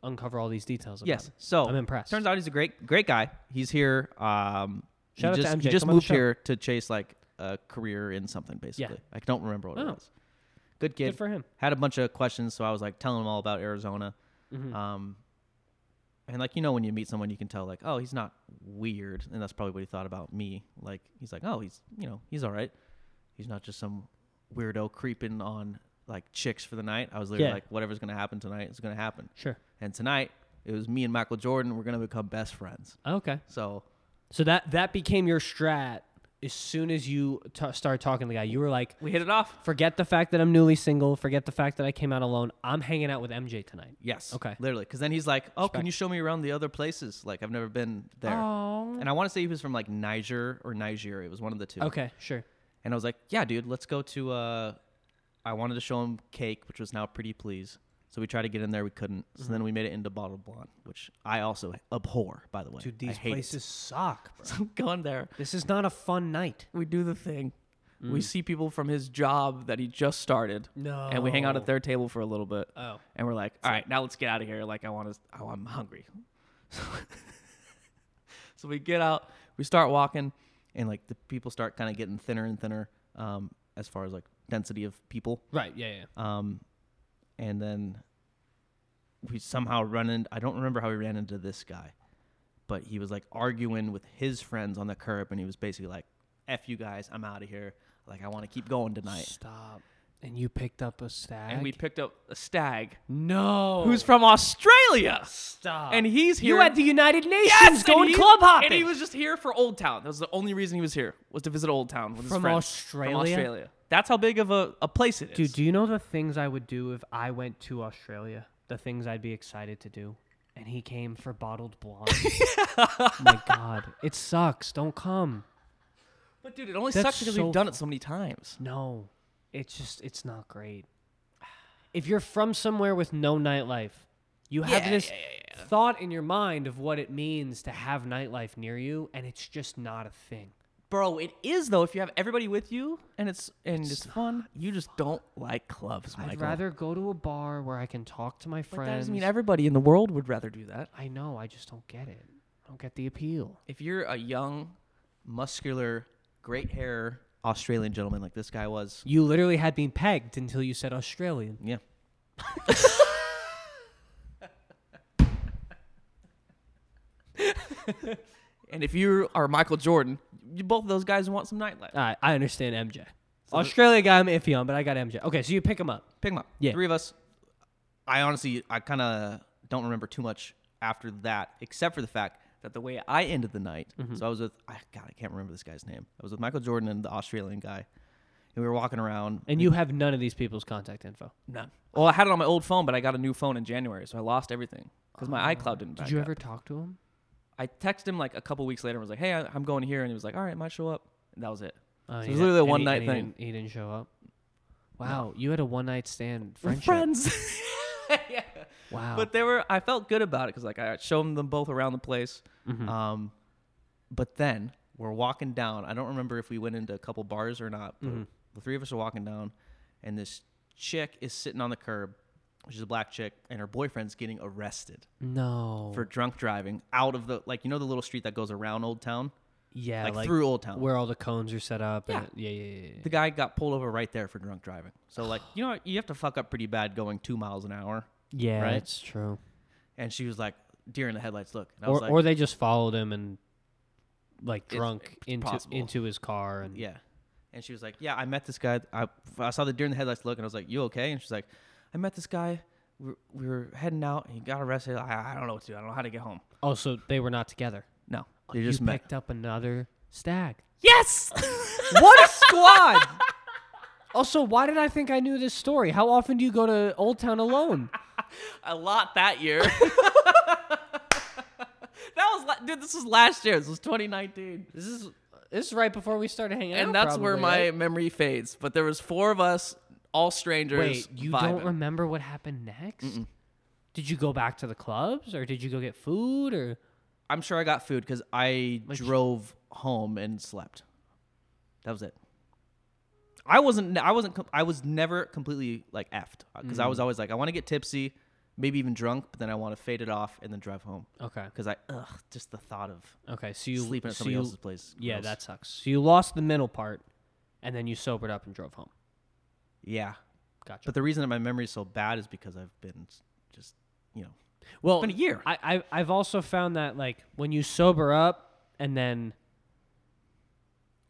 Speaker 1: uncover all these details. About
Speaker 2: Yes.
Speaker 1: him.
Speaker 2: So
Speaker 1: I'm impressed.
Speaker 2: Turns out he's a great, great guy. He's here. Um,
Speaker 1: Shout out to
Speaker 2: he just, he
Speaker 1: MJ.
Speaker 2: just
Speaker 1: Come on the
Speaker 2: moved
Speaker 1: show.
Speaker 2: here to chase like a career in something. Basically, I don't remember what it
Speaker 1: Oh.
Speaker 2: was. Good kid.
Speaker 1: good for him.
Speaker 2: Had a bunch of questions, so I was like telling him all about Arizona.
Speaker 1: Mm-hmm.
Speaker 2: Um, and like you know, when you meet someone, you can tell like, oh, he's not weird, and that's probably what he thought about me. Like he's like, oh, he's you know, he's all right. He's not just some weirdo creeping on like chicks for the night. I was literally
Speaker 1: Yeah.
Speaker 2: like, whatever's gonna happen tonight is gonna happen.
Speaker 1: Sure.
Speaker 2: And tonight it was me and Michael Jordan. We're gonna become best friends.
Speaker 1: Okay.
Speaker 2: So
Speaker 1: So that that became your strat. As soon as you t- started talking to the guy, you were like,
Speaker 3: We hit it off. <laughs>
Speaker 1: "Forget the fact that I'm newly single. Forget the fact that I came out alone. I'm hanging out with MJ tonight."
Speaker 2: yes,
Speaker 1: Okay.
Speaker 2: literally, because then he's like, oh,
Speaker 1: Respect.
Speaker 2: can you show me around the other places? Like I've never been there.
Speaker 1: Oh.
Speaker 2: And I want to say he was from like Niger or Nigeria. It was one of the two.
Speaker 1: Okay. Sure.
Speaker 2: And I was like, yeah, dude, let's go to. Uh, I wanted to show him Cake, which was now Pretty Please. So we tried to get in there, we couldn't. So
Speaker 1: Mm-hmm.
Speaker 2: then we made it into Bottled Blonde, which I also abhor, by the way.
Speaker 1: Dude,
Speaker 2: I
Speaker 1: these
Speaker 2: hate it.
Speaker 1: places suck. Bro.
Speaker 3: So I'm going there.
Speaker 1: This is not a fun night.
Speaker 3: We do the thing. We see people from his job that he just started.
Speaker 1: No.
Speaker 3: And we hang out at their table for a little bit.
Speaker 1: Oh.
Speaker 3: And we're like, all right, now let's get out of here. Like, I want to, oh, I'm hungry. <laughs>
Speaker 2: So we get out, we start walking, and like the people start kind of getting thinner and thinner um, as far as like density of people.
Speaker 1: Right. Yeah. Yeah.
Speaker 2: Um, and then we somehow run in. I don't remember how we ran into this guy, but he was like arguing with his friends on the curb, and he was basically like, "F you guys, I'm out of here. Like I want to keep going tonight."
Speaker 1: Stop. And you picked up a stag.
Speaker 3: And we picked up a stag
Speaker 1: no.
Speaker 3: who's from Australia.
Speaker 1: stop?
Speaker 3: And he's here.
Speaker 1: You at the United Nations
Speaker 3: Yes, and
Speaker 1: going
Speaker 3: he-
Speaker 1: club hopping.
Speaker 3: And he was just here for Old Town. That was the only reason he was here was to visit Old Town with his
Speaker 1: From
Speaker 3: friends
Speaker 1: Australia?
Speaker 3: From Australia. That's how big of a, a place it is.
Speaker 1: Dude, do you know the things I would do if I went to Australia? The things I'd be excited to do. And he came for bottled <laughs> blonde. My God, it sucks. Don't come.
Speaker 3: but dude, it only
Speaker 1: That's
Speaker 3: sucks because
Speaker 1: so
Speaker 3: we've done it so many times.
Speaker 1: No, it's just it's not great. If you're from somewhere with no nightlife, you have
Speaker 3: Yeah,
Speaker 1: this
Speaker 3: yeah,
Speaker 1: thought in your mind of what it means to have nightlife near you, and it's just not a thing.
Speaker 3: Bro, it is though. If you have everybody with you and it's and it's, fun, you just don't like clubs, Michael.
Speaker 1: I'd rather go to a bar where I can talk to my
Speaker 3: But
Speaker 1: friends.
Speaker 3: that doesn't mean everybody in the world would rather do that.
Speaker 1: I know, I just don't get it. I don't get the appeal.
Speaker 2: If you're a young, muscular, great hair Australian gentleman like this guy was,
Speaker 1: You literally had me pegged until you said Australian.
Speaker 2: yeah.
Speaker 3: And if you are Michael Jordan, you, both of those guys want some nightlife.
Speaker 1: All right, I understand MJ. Australia guy, I'm iffy on, but I got MJ. Okay, so you pick him up.
Speaker 2: Pick him up.
Speaker 1: Yeah.
Speaker 2: Three of us. I honestly, I kind of don't remember too much after that, except for the fact that the way I ended the night,
Speaker 3: Mm-hmm.
Speaker 2: so I was with, I, God, I can't remember this guy's name. I was with Michael Jordan and the Australian guy, and we were walking around.
Speaker 1: And you have none of these people's contact info.
Speaker 3: None. Well, I had it on my old phone, but I got a new phone in January, so I lost everything because
Speaker 2: Oh.
Speaker 3: my iCloud didn't.
Speaker 1: Did
Speaker 3: back
Speaker 1: you
Speaker 3: up.
Speaker 1: ever talk to him?
Speaker 3: I texted him like a couple weeks later and was like, "Hey, I, I'm going here," and he was like, "All right, might show up." And that was it.
Speaker 1: Oh,
Speaker 3: So
Speaker 1: he
Speaker 3: it was
Speaker 1: di-
Speaker 3: literally a
Speaker 1: and he-
Speaker 3: one night
Speaker 1: and he
Speaker 3: thing.
Speaker 1: didn't- He didn't, show up. Wow, you had a one night stand friendship.
Speaker 2: <laughs>
Speaker 3: Friends. yeah.
Speaker 1: Wow.
Speaker 3: But they were. I felt good about it because like I showed them both around the place.
Speaker 1: Mm-hmm. Hmm.
Speaker 2: Um, but then we're walking down. I don't remember if we went into a couple bars or not. But The three of us are walking down, and this chick is sitting on the curb. She's a black chick, and her boyfriend's getting arrested
Speaker 1: no.
Speaker 2: for drunk driving out of the like you know the little street that goes around Old Town.
Speaker 1: yeah,
Speaker 2: like, through Old Town.
Speaker 1: where all the cones are set up.
Speaker 2: Yeah.
Speaker 1: and- yeah, yeah, yeah, yeah.
Speaker 2: The guy got pulled over right there for drunk driving. So like, you know, what? you have to fuck up pretty bad going two miles an hour.
Speaker 1: Yeah,
Speaker 2: Right?
Speaker 1: that's true.
Speaker 2: And she was like, "Deer in the headlights, look." And I
Speaker 1: Or,
Speaker 2: was like,
Speaker 1: or they just followed him and like
Speaker 2: It's-
Speaker 1: drunk
Speaker 2: it's
Speaker 1: into
Speaker 2: possible.
Speaker 1: into his car and
Speaker 2: "Yeah." And she was like, "Yeah, I met this guy. I, I saw the deer in the headlights look, and I was like, "You okay?" And she's like, "I met this guy we were- we were heading out and he got arrested. I, I don't know what to do. I don't know how to get home.
Speaker 1: Oh, so they were not together.
Speaker 2: No,
Speaker 1: Oh,
Speaker 2: they
Speaker 1: you
Speaker 2: just <laughs> met.
Speaker 1: picked up another
Speaker 2: <laughs>
Speaker 1: stag.
Speaker 3: Yes.
Speaker 1: What a squad! <laughs> also, why did I think I knew this story? How often do you go to Old Town alone?
Speaker 3: <laughs> a lot that year. <laughs> that was la- dude. This was last year. This was 2019.
Speaker 1: This is this is right before we started hanging out.
Speaker 2: and that's where
Speaker 1: probably,
Speaker 2: my
Speaker 1: right?
Speaker 2: memory fades. But there was four of us, all strangers.
Speaker 1: wait. You
Speaker 2: vibing.
Speaker 1: don't remember what happened next? Did you go back to the clubs, or did you go get food, or
Speaker 2: I'm sure I got food because I drove home and slept. That was it. I wasn't. I wasn't. com- I was never completely like effed because I was always like, I want to get tipsy, maybe even drunk, but then I want to fade it off and then drive home
Speaker 1: okay,
Speaker 2: because I ugh, just the thought of
Speaker 1: okay? So you
Speaker 2: sleeping at
Speaker 1: so
Speaker 2: somebody
Speaker 1: you-
Speaker 2: else's place.
Speaker 1: Yeah,
Speaker 2: gross.
Speaker 1: that sucks. So you lost the middle part, and then you sobered up and drove home.
Speaker 2: yeah.
Speaker 1: Gotcha.
Speaker 2: But the reason that my memory's so bad is because I've been s- just you know
Speaker 1: well,
Speaker 2: been a year.
Speaker 1: I, I I've also found that like when you sober up and then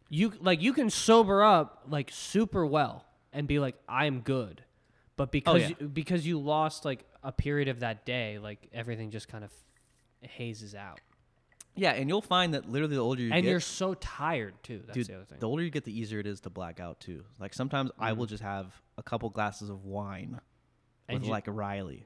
Speaker 1: you like you can sober up like super well and be like I'm good, but because
Speaker 2: Oh, yeah.
Speaker 1: you, because you lost like a period of that day, like everything just kind of hazes out,
Speaker 2: yeah, and you'll find that literally the older you
Speaker 1: and
Speaker 2: get,
Speaker 1: you're so tired too. That's
Speaker 2: Dude,
Speaker 1: the other thing. Mm-hmm.
Speaker 2: older you get, the easier it is to black out too. Like sometimes I will just have a couple glasses of wine
Speaker 1: And
Speaker 2: with
Speaker 1: you-
Speaker 2: like Riley,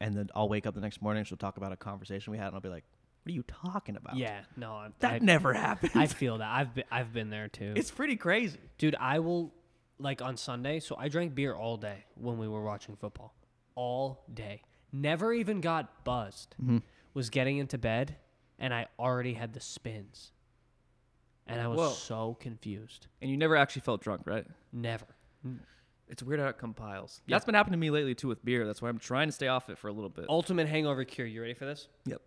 Speaker 2: and then I'll wake up the next morning. and She'll talk about a conversation we had, and I'll be like, "What are you talking about?
Speaker 1: yeah, no, I,
Speaker 2: that
Speaker 1: I,
Speaker 2: never happened.
Speaker 1: I feel that I've been I've been there too.
Speaker 2: it's pretty crazy.
Speaker 1: Dude, I will like on Sunday, so I drank beer all day when we were watching football. All day. Never even got buzzed. Was getting into bed and I already had the spins. And I was
Speaker 3: Whoa.
Speaker 1: so confused.
Speaker 3: And you never actually felt drunk, right?
Speaker 1: Never.
Speaker 3: It's weird how it compiles. That's been happening to me lately too with beer. That's why I'm trying to stay off it for a little bit.
Speaker 1: Ultimate hangover cure. You ready for this?
Speaker 2: Yep.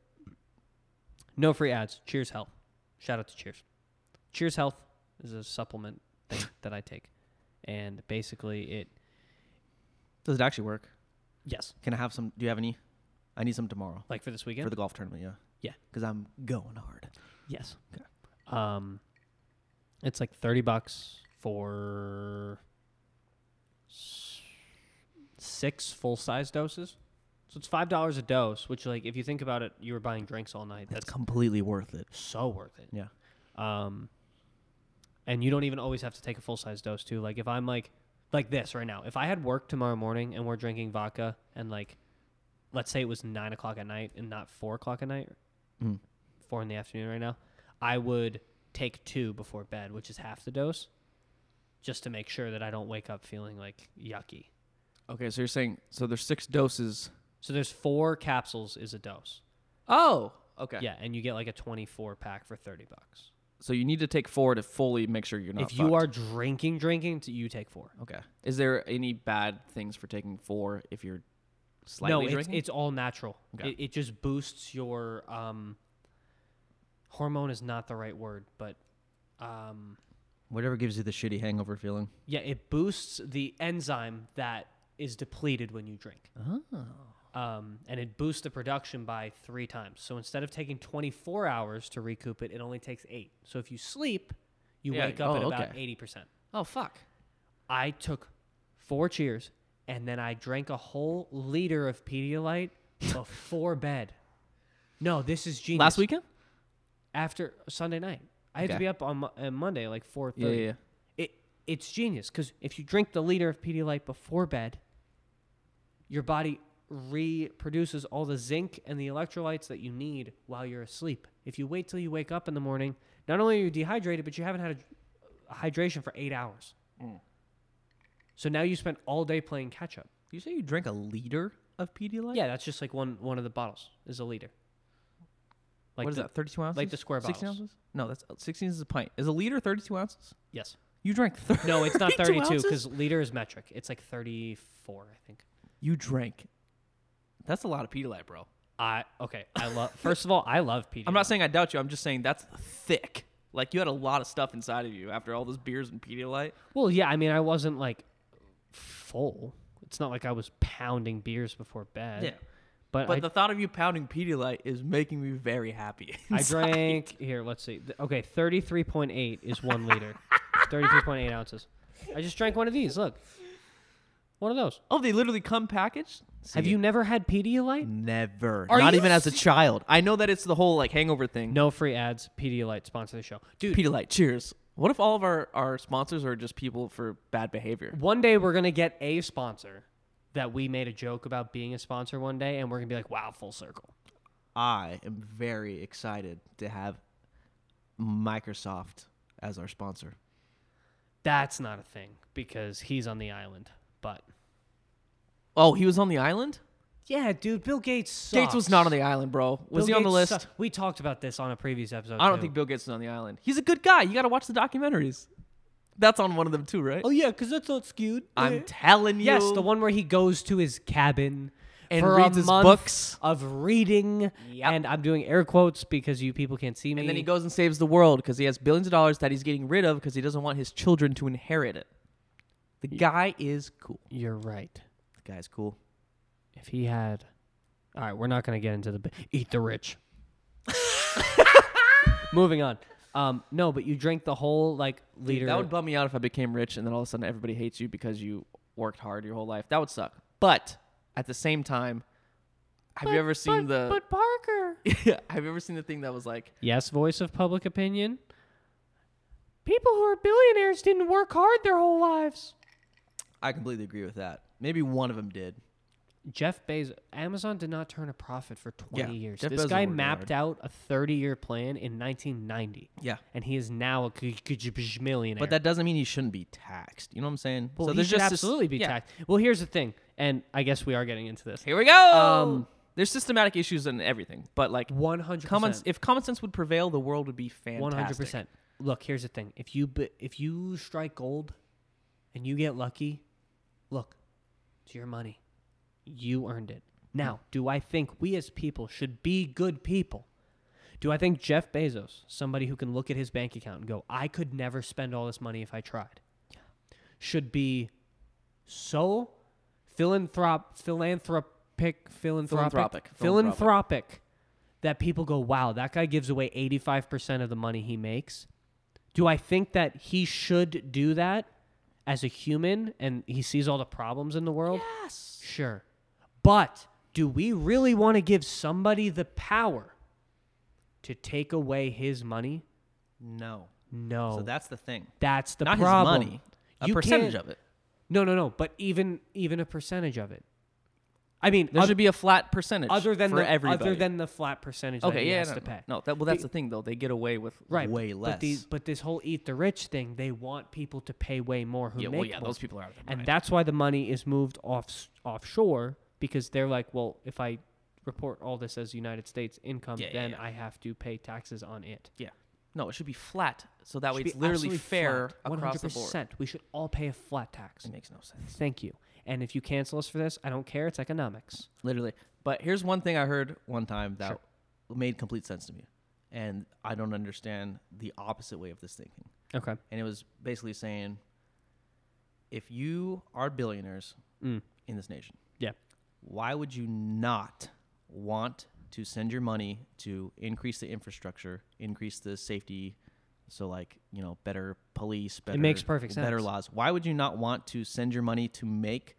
Speaker 1: No free ads. Cheers Health. Shout out to Cheers. Cheers Health is a supplement thing that I take. And basically it
Speaker 2: Does it actually work?
Speaker 1: yes.
Speaker 2: Can I have some? Do you have any? I need some tomorrow
Speaker 1: Like for this weekend?
Speaker 2: for the golf tournament. Yeah.
Speaker 1: Yeah.
Speaker 2: Because I'm going hard.
Speaker 1: Yes.
Speaker 2: Okay.
Speaker 1: Um, it's like thirty bucks for s- six full size doses. So it's five dollars a dose, which like if you think about it, you were buying drinks all night.
Speaker 2: That's
Speaker 1: That's
Speaker 2: completely worth it.
Speaker 1: so worth it.
Speaker 2: Yeah.
Speaker 1: Um, and you don't even always have to take a full size dose too. Like if I'm like like this right now, if I had work tomorrow morning and we're drinking vodka and like, let's say it was nine o'clock at night and not four o'clock at night,
Speaker 2: Mm.
Speaker 1: four in the afternoon right now, I would take two before bed, which is half the dose, just to make sure that I don't wake up feeling like yucky.
Speaker 3: okay, so you're saying so there's six doses.
Speaker 1: So there's four capsules is a dose.
Speaker 3: Oh, okay.
Speaker 1: Yeah, and you get like a 24 pack for 30 bucks.
Speaker 3: So you need to take four to fully make sure you're not.
Speaker 1: if you
Speaker 3: fucked.
Speaker 1: are drinking drinking, t- you take four.
Speaker 3: okay, is there any bad things for taking four if you're slightly
Speaker 1: no,
Speaker 3: drinking?
Speaker 1: It's, it's all natural.
Speaker 3: Okay.
Speaker 1: It, it just boosts your um, hormone is not the right word, but um,
Speaker 2: Whatever gives you the shitty hangover feeling.
Speaker 1: yeah, it boosts the enzyme that is depleted when you drink.
Speaker 2: Oh.
Speaker 1: Um, and it boosts the production by three times. So instead of taking 24 hours to recoup it, it only takes eight. So if you sleep, you
Speaker 3: Yeah,
Speaker 1: wake up
Speaker 3: oh,
Speaker 1: at about
Speaker 3: okay.
Speaker 1: 80%.
Speaker 3: oh fuck.
Speaker 1: I took four cheers and then I drank a whole liter of
Speaker 3: <laughs>
Speaker 1: Pedialyte before bed. No, this is genius.
Speaker 3: Last weekend?
Speaker 1: after Sunday night, I had to
Speaker 3: Okay.
Speaker 1: be up on Mo- uh, Monday like four
Speaker 3: Yeah,
Speaker 1: thirty.
Speaker 3: yeah. yeah.
Speaker 1: It it's genius because if you drink the liter of Pedialyte before bed, your body reproduces all the zinc and the electrolytes that you need while you're asleep. If you wait till you wake up in the morning, not only are you dehydrated, but you haven't had a, a hydration for eight hours.
Speaker 3: Mm.
Speaker 1: So now you spent all day playing catch up.
Speaker 2: You say you drank a liter of Pedialyte?
Speaker 1: Yeah, that's just like one one of the bottles is a liter. Like
Speaker 2: what is
Speaker 1: the-
Speaker 2: that? Thirty-two ounces?
Speaker 1: the square
Speaker 2: 16
Speaker 1: bottles.
Speaker 2: ounces? No, that's
Speaker 3: uh,
Speaker 2: sixteen is a pint. Is a liter thirty-two ounces?
Speaker 1: Yes.
Speaker 2: You drank thirty.
Speaker 1: No,
Speaker 3: <laughs>
Speaker 1: it's not
Speaker 2: <laughs>
Speaker 1: 32 because liter is metric. It's like 34, I think.
Speaker 2: you drank.
Speaker 3: That's a lot of Pedialyte, bro.
Speaker 1: I okay. I love. <laughs> First of all, I love Pedialyte.
Speaker 3: I'm not saying I doubt you. I'm just saying that's thick. Like you had a lot of stuff inside of you after all those beers and Pedialyte.
Speaker 1: Well, yeah. I mean, I wasn't like full. It's not like I was pounding beers before bed.
Speaker 3: Yeah.
Speaker 1: But,
Speaker 3: But
Speaker 1: I,
Speaker 3: the thought of you pounding Pedialyte is making me very happy. <laughs>
Speaker 1: I drank <laughs> here. Let's see. Th- Okay, 33.8 is one
Speaker 3: <laughs>
Speaker 1: liter. 33.8 ounces. I just drank one of these. Look, one of those.
Speaker 3: oh, they literally come packaged.
Speaker 1: Have
Speaker 2: See,
Speaker 1: you never had Pedialyte?
Speaker 2: Never.
Speaker 3: Are
Speaker 2: Not
Speaker 3: you
Speaker 2: even as a child. I know that it's the whole like hangover thing.
Speaker 1: No free ads. Pedialyte sponsor the show, dude.
Speaker 3: Pedialyte, cheers. What if all of our, our sponsors are just people for bad behavior?
Speaker 1: one day we're gonna get a sponsor that we made a joke about being a sponsor one day, and we're gonna be like, wow, full circle.
Speaker 2: I am very excited to have Microsoft as our sponsor.
Speaker 1: That's not a thing because he's on the island. But
Speaker 3: Oh, he was on the island?
Speaker 1: yeah, dude, Bill Gates. Sucks.
Speaker 3: Gates was not on the island, bro.
Speaker 1: Bill
Speaker 3: Was he on the
Speaker 1: Gates
Speaker 3: list?
Speaker 1: suck- we talked about this on a previous episode.
Speaker 3: I don't
Speaker 1: too.
Speaker 3: think Bill Gates is on the island. He's a good guy. You got to watch the documentaries. That's on one of them too, right?
Speaker 1: Oh yeah, because that's not skewed.
Speaker 3: I'm telling you.
Speaker 1: yes, the one where he goes to his cabin
Speaker 3: And
Speaker 1: for
Speaker 3: reads
Speaker 1: a
Speaker 3: his
Speaker 1: month
Speaker 3: books.
Speaker 1: of reading, and I'm doing air quotes because you people can't see me.
Speaker 3: And then he goes and saves the world because he has billions of dollars that he's getting rid of because he doesn't want his children to inherit it. The guy is cool.
Speaker 1: "You're right.
Speaker 2: The guy's cool.
Speaker 1: If he had, all right, we're not gonna get into the bi- eat the
Speaker 3: <laughs>
Speaker 1: rich. Moving on. Um, no, but you drank the whole like liter.
Speaker 3: That would bum me out if I became rich and then all of a sudden everybody hates you because you worked hard your whole life. That would suck. But at the same time, have you ever seen the?
Speaker 1: But Parker.
Speaker 3: <laughs> have you ever seen the thing that was like?
Speaker 1: Yes, voice of public opinion. People who are billionaires didn't work hard their whole lives.
Speaker 2: I completely agree with that. Maybe one of them did.
Speaker 1: Jeff Bezos, Amazon did not turn a profit for 20
Speaker 2: Yeah,
Speaker 1: years.
Speaker 2: Jeff
Speaker 1: this
Speaker 2: Bezos
Speaker 1: guy
Speaker 2: worked
Speaker 1: mapped out a 30 year plan in 1990,
Speaker 2: Yeah.
Speaker 1: and he is now a g- g- g- millionaire.
Speaker 2: But that doesn't mean he shouldn't be taxed. You know what I'm saying?
Speaker 1: well, he
Speaker 2: there's
Speaker 1: should
Speaker 2: just this-
Speaker 1: absolutely be
Speaker 2: yeah.
Speaker 1: taxed. Well, here's the thing, and I guess we are getting into this.
Speaker 3: Here we go. Um, there's systematic issues in everything, but like
Speaker 1: 100%.
Speaker 3: common, if common sense would prevail, the world would be fantastic.
Speaker 1: One hundred percent. Look, here's the thing: if you bi- if you strike gold, and you get lucky, look, it's your money. You earned it. Now, do I think we as people should be good people? Do I think Jeff Bezos, somebody who can look at his bank account and go, "I could never spend all this money if I tried," should be so philanthrop philanthropic philanthropic
Speaker 3: Philanthropic.
Speaker 1: philanthropic that people go, wow, that guy gives away 85% of the money he makes. Do I think that he should do that as a human and he sees all the problems in the world?
Speaker 3: Yes.
Speaker 1: Sure. But do we really want to give somebody the power to take away his money?
Speaker 2: No.
Speaker 1: No.
Speaker 3: Oh.
Speaker 2: So that's the thing.
Speaker 1: that's the
Speaker 2: Not
Speaker 1: problem.
Speaker 2: his money. A
Speaker 1: You
Speaker 2: percentage
Speaker 1: can't-
Speaker 2: of it.
Speaker 1: No, no, no, but even even a percentage of it. I mean,
Speaker 3: There
Speaker 1: oth-
Speaker 3: should be a flat percentage
Speaker 1: other than
Speaker 3: for
Speaker 1: the,
Speaker 3: everybody.
Speaker 1: other than the flat percentage that
Speaker 3: okay,
Speaker 1: he
Speaker 3: yeah,
Speaker 1: has
Speaker 3: no,
Speaker 1: to
Speaker 3: no,
Speaker 1: pay.
Speaker 3: no, that, well, that's the thing though. They get away with
Speaker 1: right,
Speaker 2: way
Speaker 1: but- But, these,
Speaker 2: less.
Speaker 1: but this whole eat the rich thing, they want people to pay way more who
Speaker 3: Yeah,
Speaker 1: make
Speaker 3: well, yeah,
Speaker 1: more.
Speaker 3: those people are out of their
Speaker 1: and
Speaker 3: mind.
Speaker 1: that's why the money is moved off offshore because they're like, well, if I report all this as United States income,
Speaker 3: Yeah, yeah,
Speaker 1: then
Speaker 3: yeah.
Speaker 1: I have to pay taxes on it.
Speaker 3: Yeah. No, it should be flat. So that
Speaker 1: Should
Speaker 3: way
Speaker 1: be
Speaker 3: it's literally
Speaker 1: absolutely
Speaker 3: fair
Speaker 1: flat,
Speaker 3: across the board.
Speaker 1: 100%. We should all pay a flat tax.
Speaker 3: It makes no sense.
Speaker 1: Thank you. And if you cancel us for this, I don't care. It's economics.
Speaker 2: Literally. But here's one thing I heard one time that
Speaker 1: Sure.
Speaker 2: made complete sense to me. And I don't understand the opposite way of this thinking.
Speaker 1: Okay.
Speaker 2: And it was basically saying if you are billionaires
Speaker 1: Mm.
Speaker 2: in this nation,
Speaker 1: Yeah.
Speaker 2: why would you not want to send your money to increase the infrastructure, increase the safety? So, like, you know, better police, better,
Speaker 1: makes perfect
Speaker 2: better
Speaker 1: sense.
Speaker 2: laws. Why would you not want to send your money to make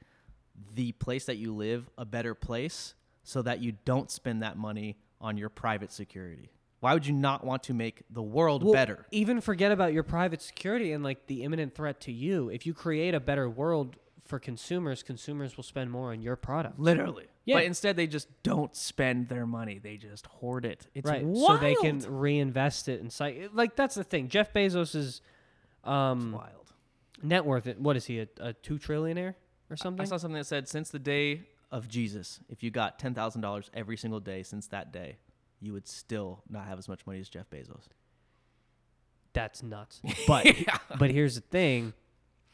Speaker 2: the place that you live a better place so that you don't spend that money on your private security? Why would you not want to make the world
Speaker 1: Well,
Speaker 2: better?
Speaker 1: Even forget about your private security and like the imminent threat to you. If you create a better world for consumers, consumers will spend more on your product.
Speaker 3: Literally.
Speaker 1: Yeah.
Speaker 3: But instead, they just don't spend their money. They just hoard it. It's
Speaker 1: right.
Speaker 3: wild.
Speaker 1: So they can reinvest it and site like that's the thing. Jeff Bezos's um
Speaker 2: Wild.
Speaker 1: net worth what is he a, a 2 trillionaire or
Speaker 3: I
Speaker 1: something?
Speaker 3: saw something that said since the day.
Speaker 2: of Jesus, if you got ten thousand dollars every single day since that day, you would still not have as much money as Jeff Bezos. <laughs>
Speaker 1: <laughs> that's
Speaker 3: <laughs>
Speaker 1: nuts. But but here's the thing.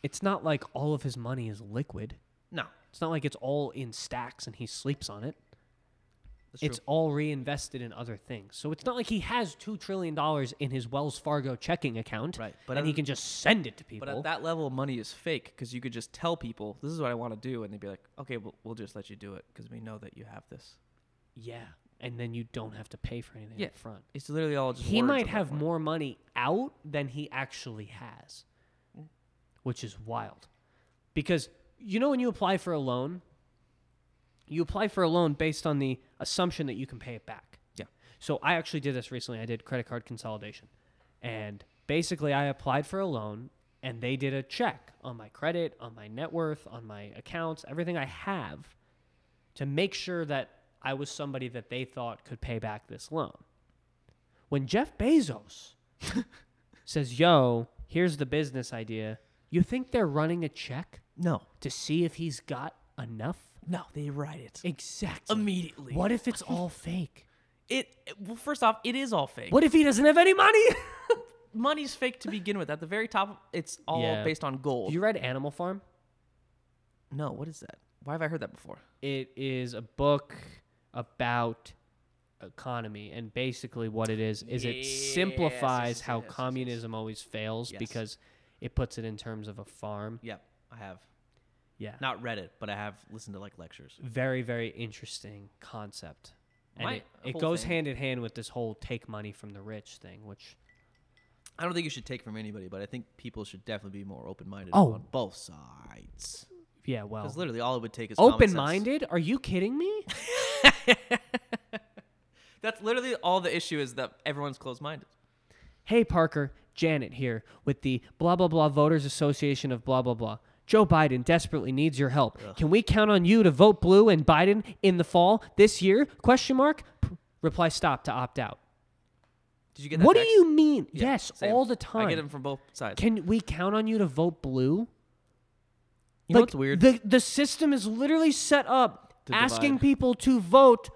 Speaker 1: It's not like all of his money is liquid.
Speaker 2: No,
Speaker 1: It's not like it's all in stacks and he sleeps on it.
Speaker 2: that's
Speaker 1: it's all reinvested in other things. So it's not like he has two trillion dollars in his Wells Fargo checking account,
Speaker 2: Right, but
Speaker 1: But and he
Speaker 2: at-
Speaker 1: can just send it to people.
Speaker 3: But at that level, money is fake because you could just tell people, this is what I want to do. And they'd be like, okay, we'll, we'll just let you do it because we know that you have this.
Speaker 1: yeah, and then you don't have to pay for anything
Speaker 3: Yeah.
Speaker 1: up front.
Speaker 3: It's literally all just
Speaker 1: He
Speaker 3: words
Speaker 1: might
Speaker 3: at that
Speaker 1: have
Speaker 3: point.
Speaker 1: more money out than he actually has, which is wild. Because you know when you apply for a loan, you apply for a loan based on the assumption that you can pay it back.
Speaker 3: Yeah.
Speaker 1: So I actually did this recently. I did credit card consolidation. And basically I applied for a loan and they did a check on my credit, on my net worth, on my accounts, everything I have to make sure that I was somebody that they thought could pay back this loan. When Jeff
Speaker 3: <laughs>
Speaker 1: Bezos says, "Yo, here's the business idea." You think they're running a check?
Speaker 2: No.
Speaker 1: to see if he's got enough?
Speaker 3: No, they write it
Speaker 1: Exactly.
Speaker 3: immediately.
Speaker 1: What if it's
Speaker 3: <laughs>
Speaker 1: all fake?
Speaker 3: It well, first off, it is all fake.
Speaker 1: What if he doesn't have any money?
Speaker 3: money's fake to begin with? At the very top, it's <laughs> all
Speaker 1: Yeah.
Speaker 3: based on gold.
Speaker 1: you read Animal Farm?
Speaker 2: No, what is that? Why have I heard that before?
Speaker 1: It is a book about economy and basically what it is is it
Speaker 3: Yes,
Speaker 1: simplifies
Speaker 3: yes,
Speaker 1: how
Speaker 3: yes, yes,
Speaker 1: communism always fails
Speaker 2: Yes.
Speaker 1: because it puts it in terms of a farm.
Speaker 2: Yep, I have.
Speaker 1: Yeah.
Speaker 2: Not read it, but I have listened to like lectures.
Speaker 1: very very interesting concept and
Speaker 2: My
Speaker 1: it, it
Speaker 2: whole
Speaker 1: goes
Speaker 2: thing-
Speaker 1: hand in hand with this whole take money from the rich thing which
Speaker 2: I don't think you should take from anybody, but I think people should definitely be more open minded
Speaker 1: Oh.
Speaker 2: on both sides.
Speaker 1: yeah well
Speaker 2: Because literally all it would take is common sense.
Speaker 1: Oh. open minded are you kidding me <laughs>
Speaker 3: That's literally all the issue is that everyone's closed-minded.
Speaker 1: Hey, Parker, Janet here with the blah, blah, blah Voters Association of blah, blah, blah. Joe Biden desperately needs your help. Can we count on you to vote blue and Biden in the fall this year? Question mark. P- reply stop to opt out.
Speaker 2: Did you get that?
Speaker 1: What do
Speaker 2: text?
Speaker 1: you mean?
Speaker 2: Yeah,
Speaker 1: yes,
Speaker 2: same.
Speaker 1: all the
Speaker 2: I get
Speaker 1: time.
Speaker 2: them from both sides.
Speaker 1: Can we count on you to vote blue?
Speaker 2: you know what's weird?
Speaker 1: The, the system is literally set up
Speaker 2: To
Speaker 1: asking
Speaker 2: divide.
Speaker 1: people to vote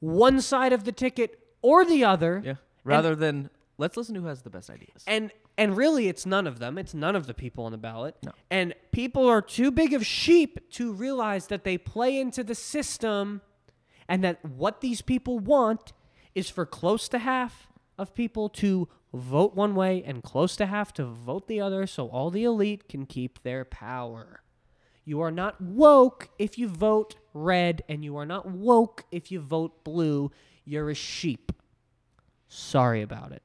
Speaker 1: one side of the ticket or the other.
Speaker 2: yeah. Rather than let's listen to who has the best ideas.
Speaker 1: and and really it's none of them it's none of the people on the ballot and people are too big of sheep to realize that they play into the system and that what these people want is for close to half of people to vote one way and close to half to vote the other so all the elite can keep their power you are not woke if you vote red and you are not woke if you vote blue you're a sheep sorry about it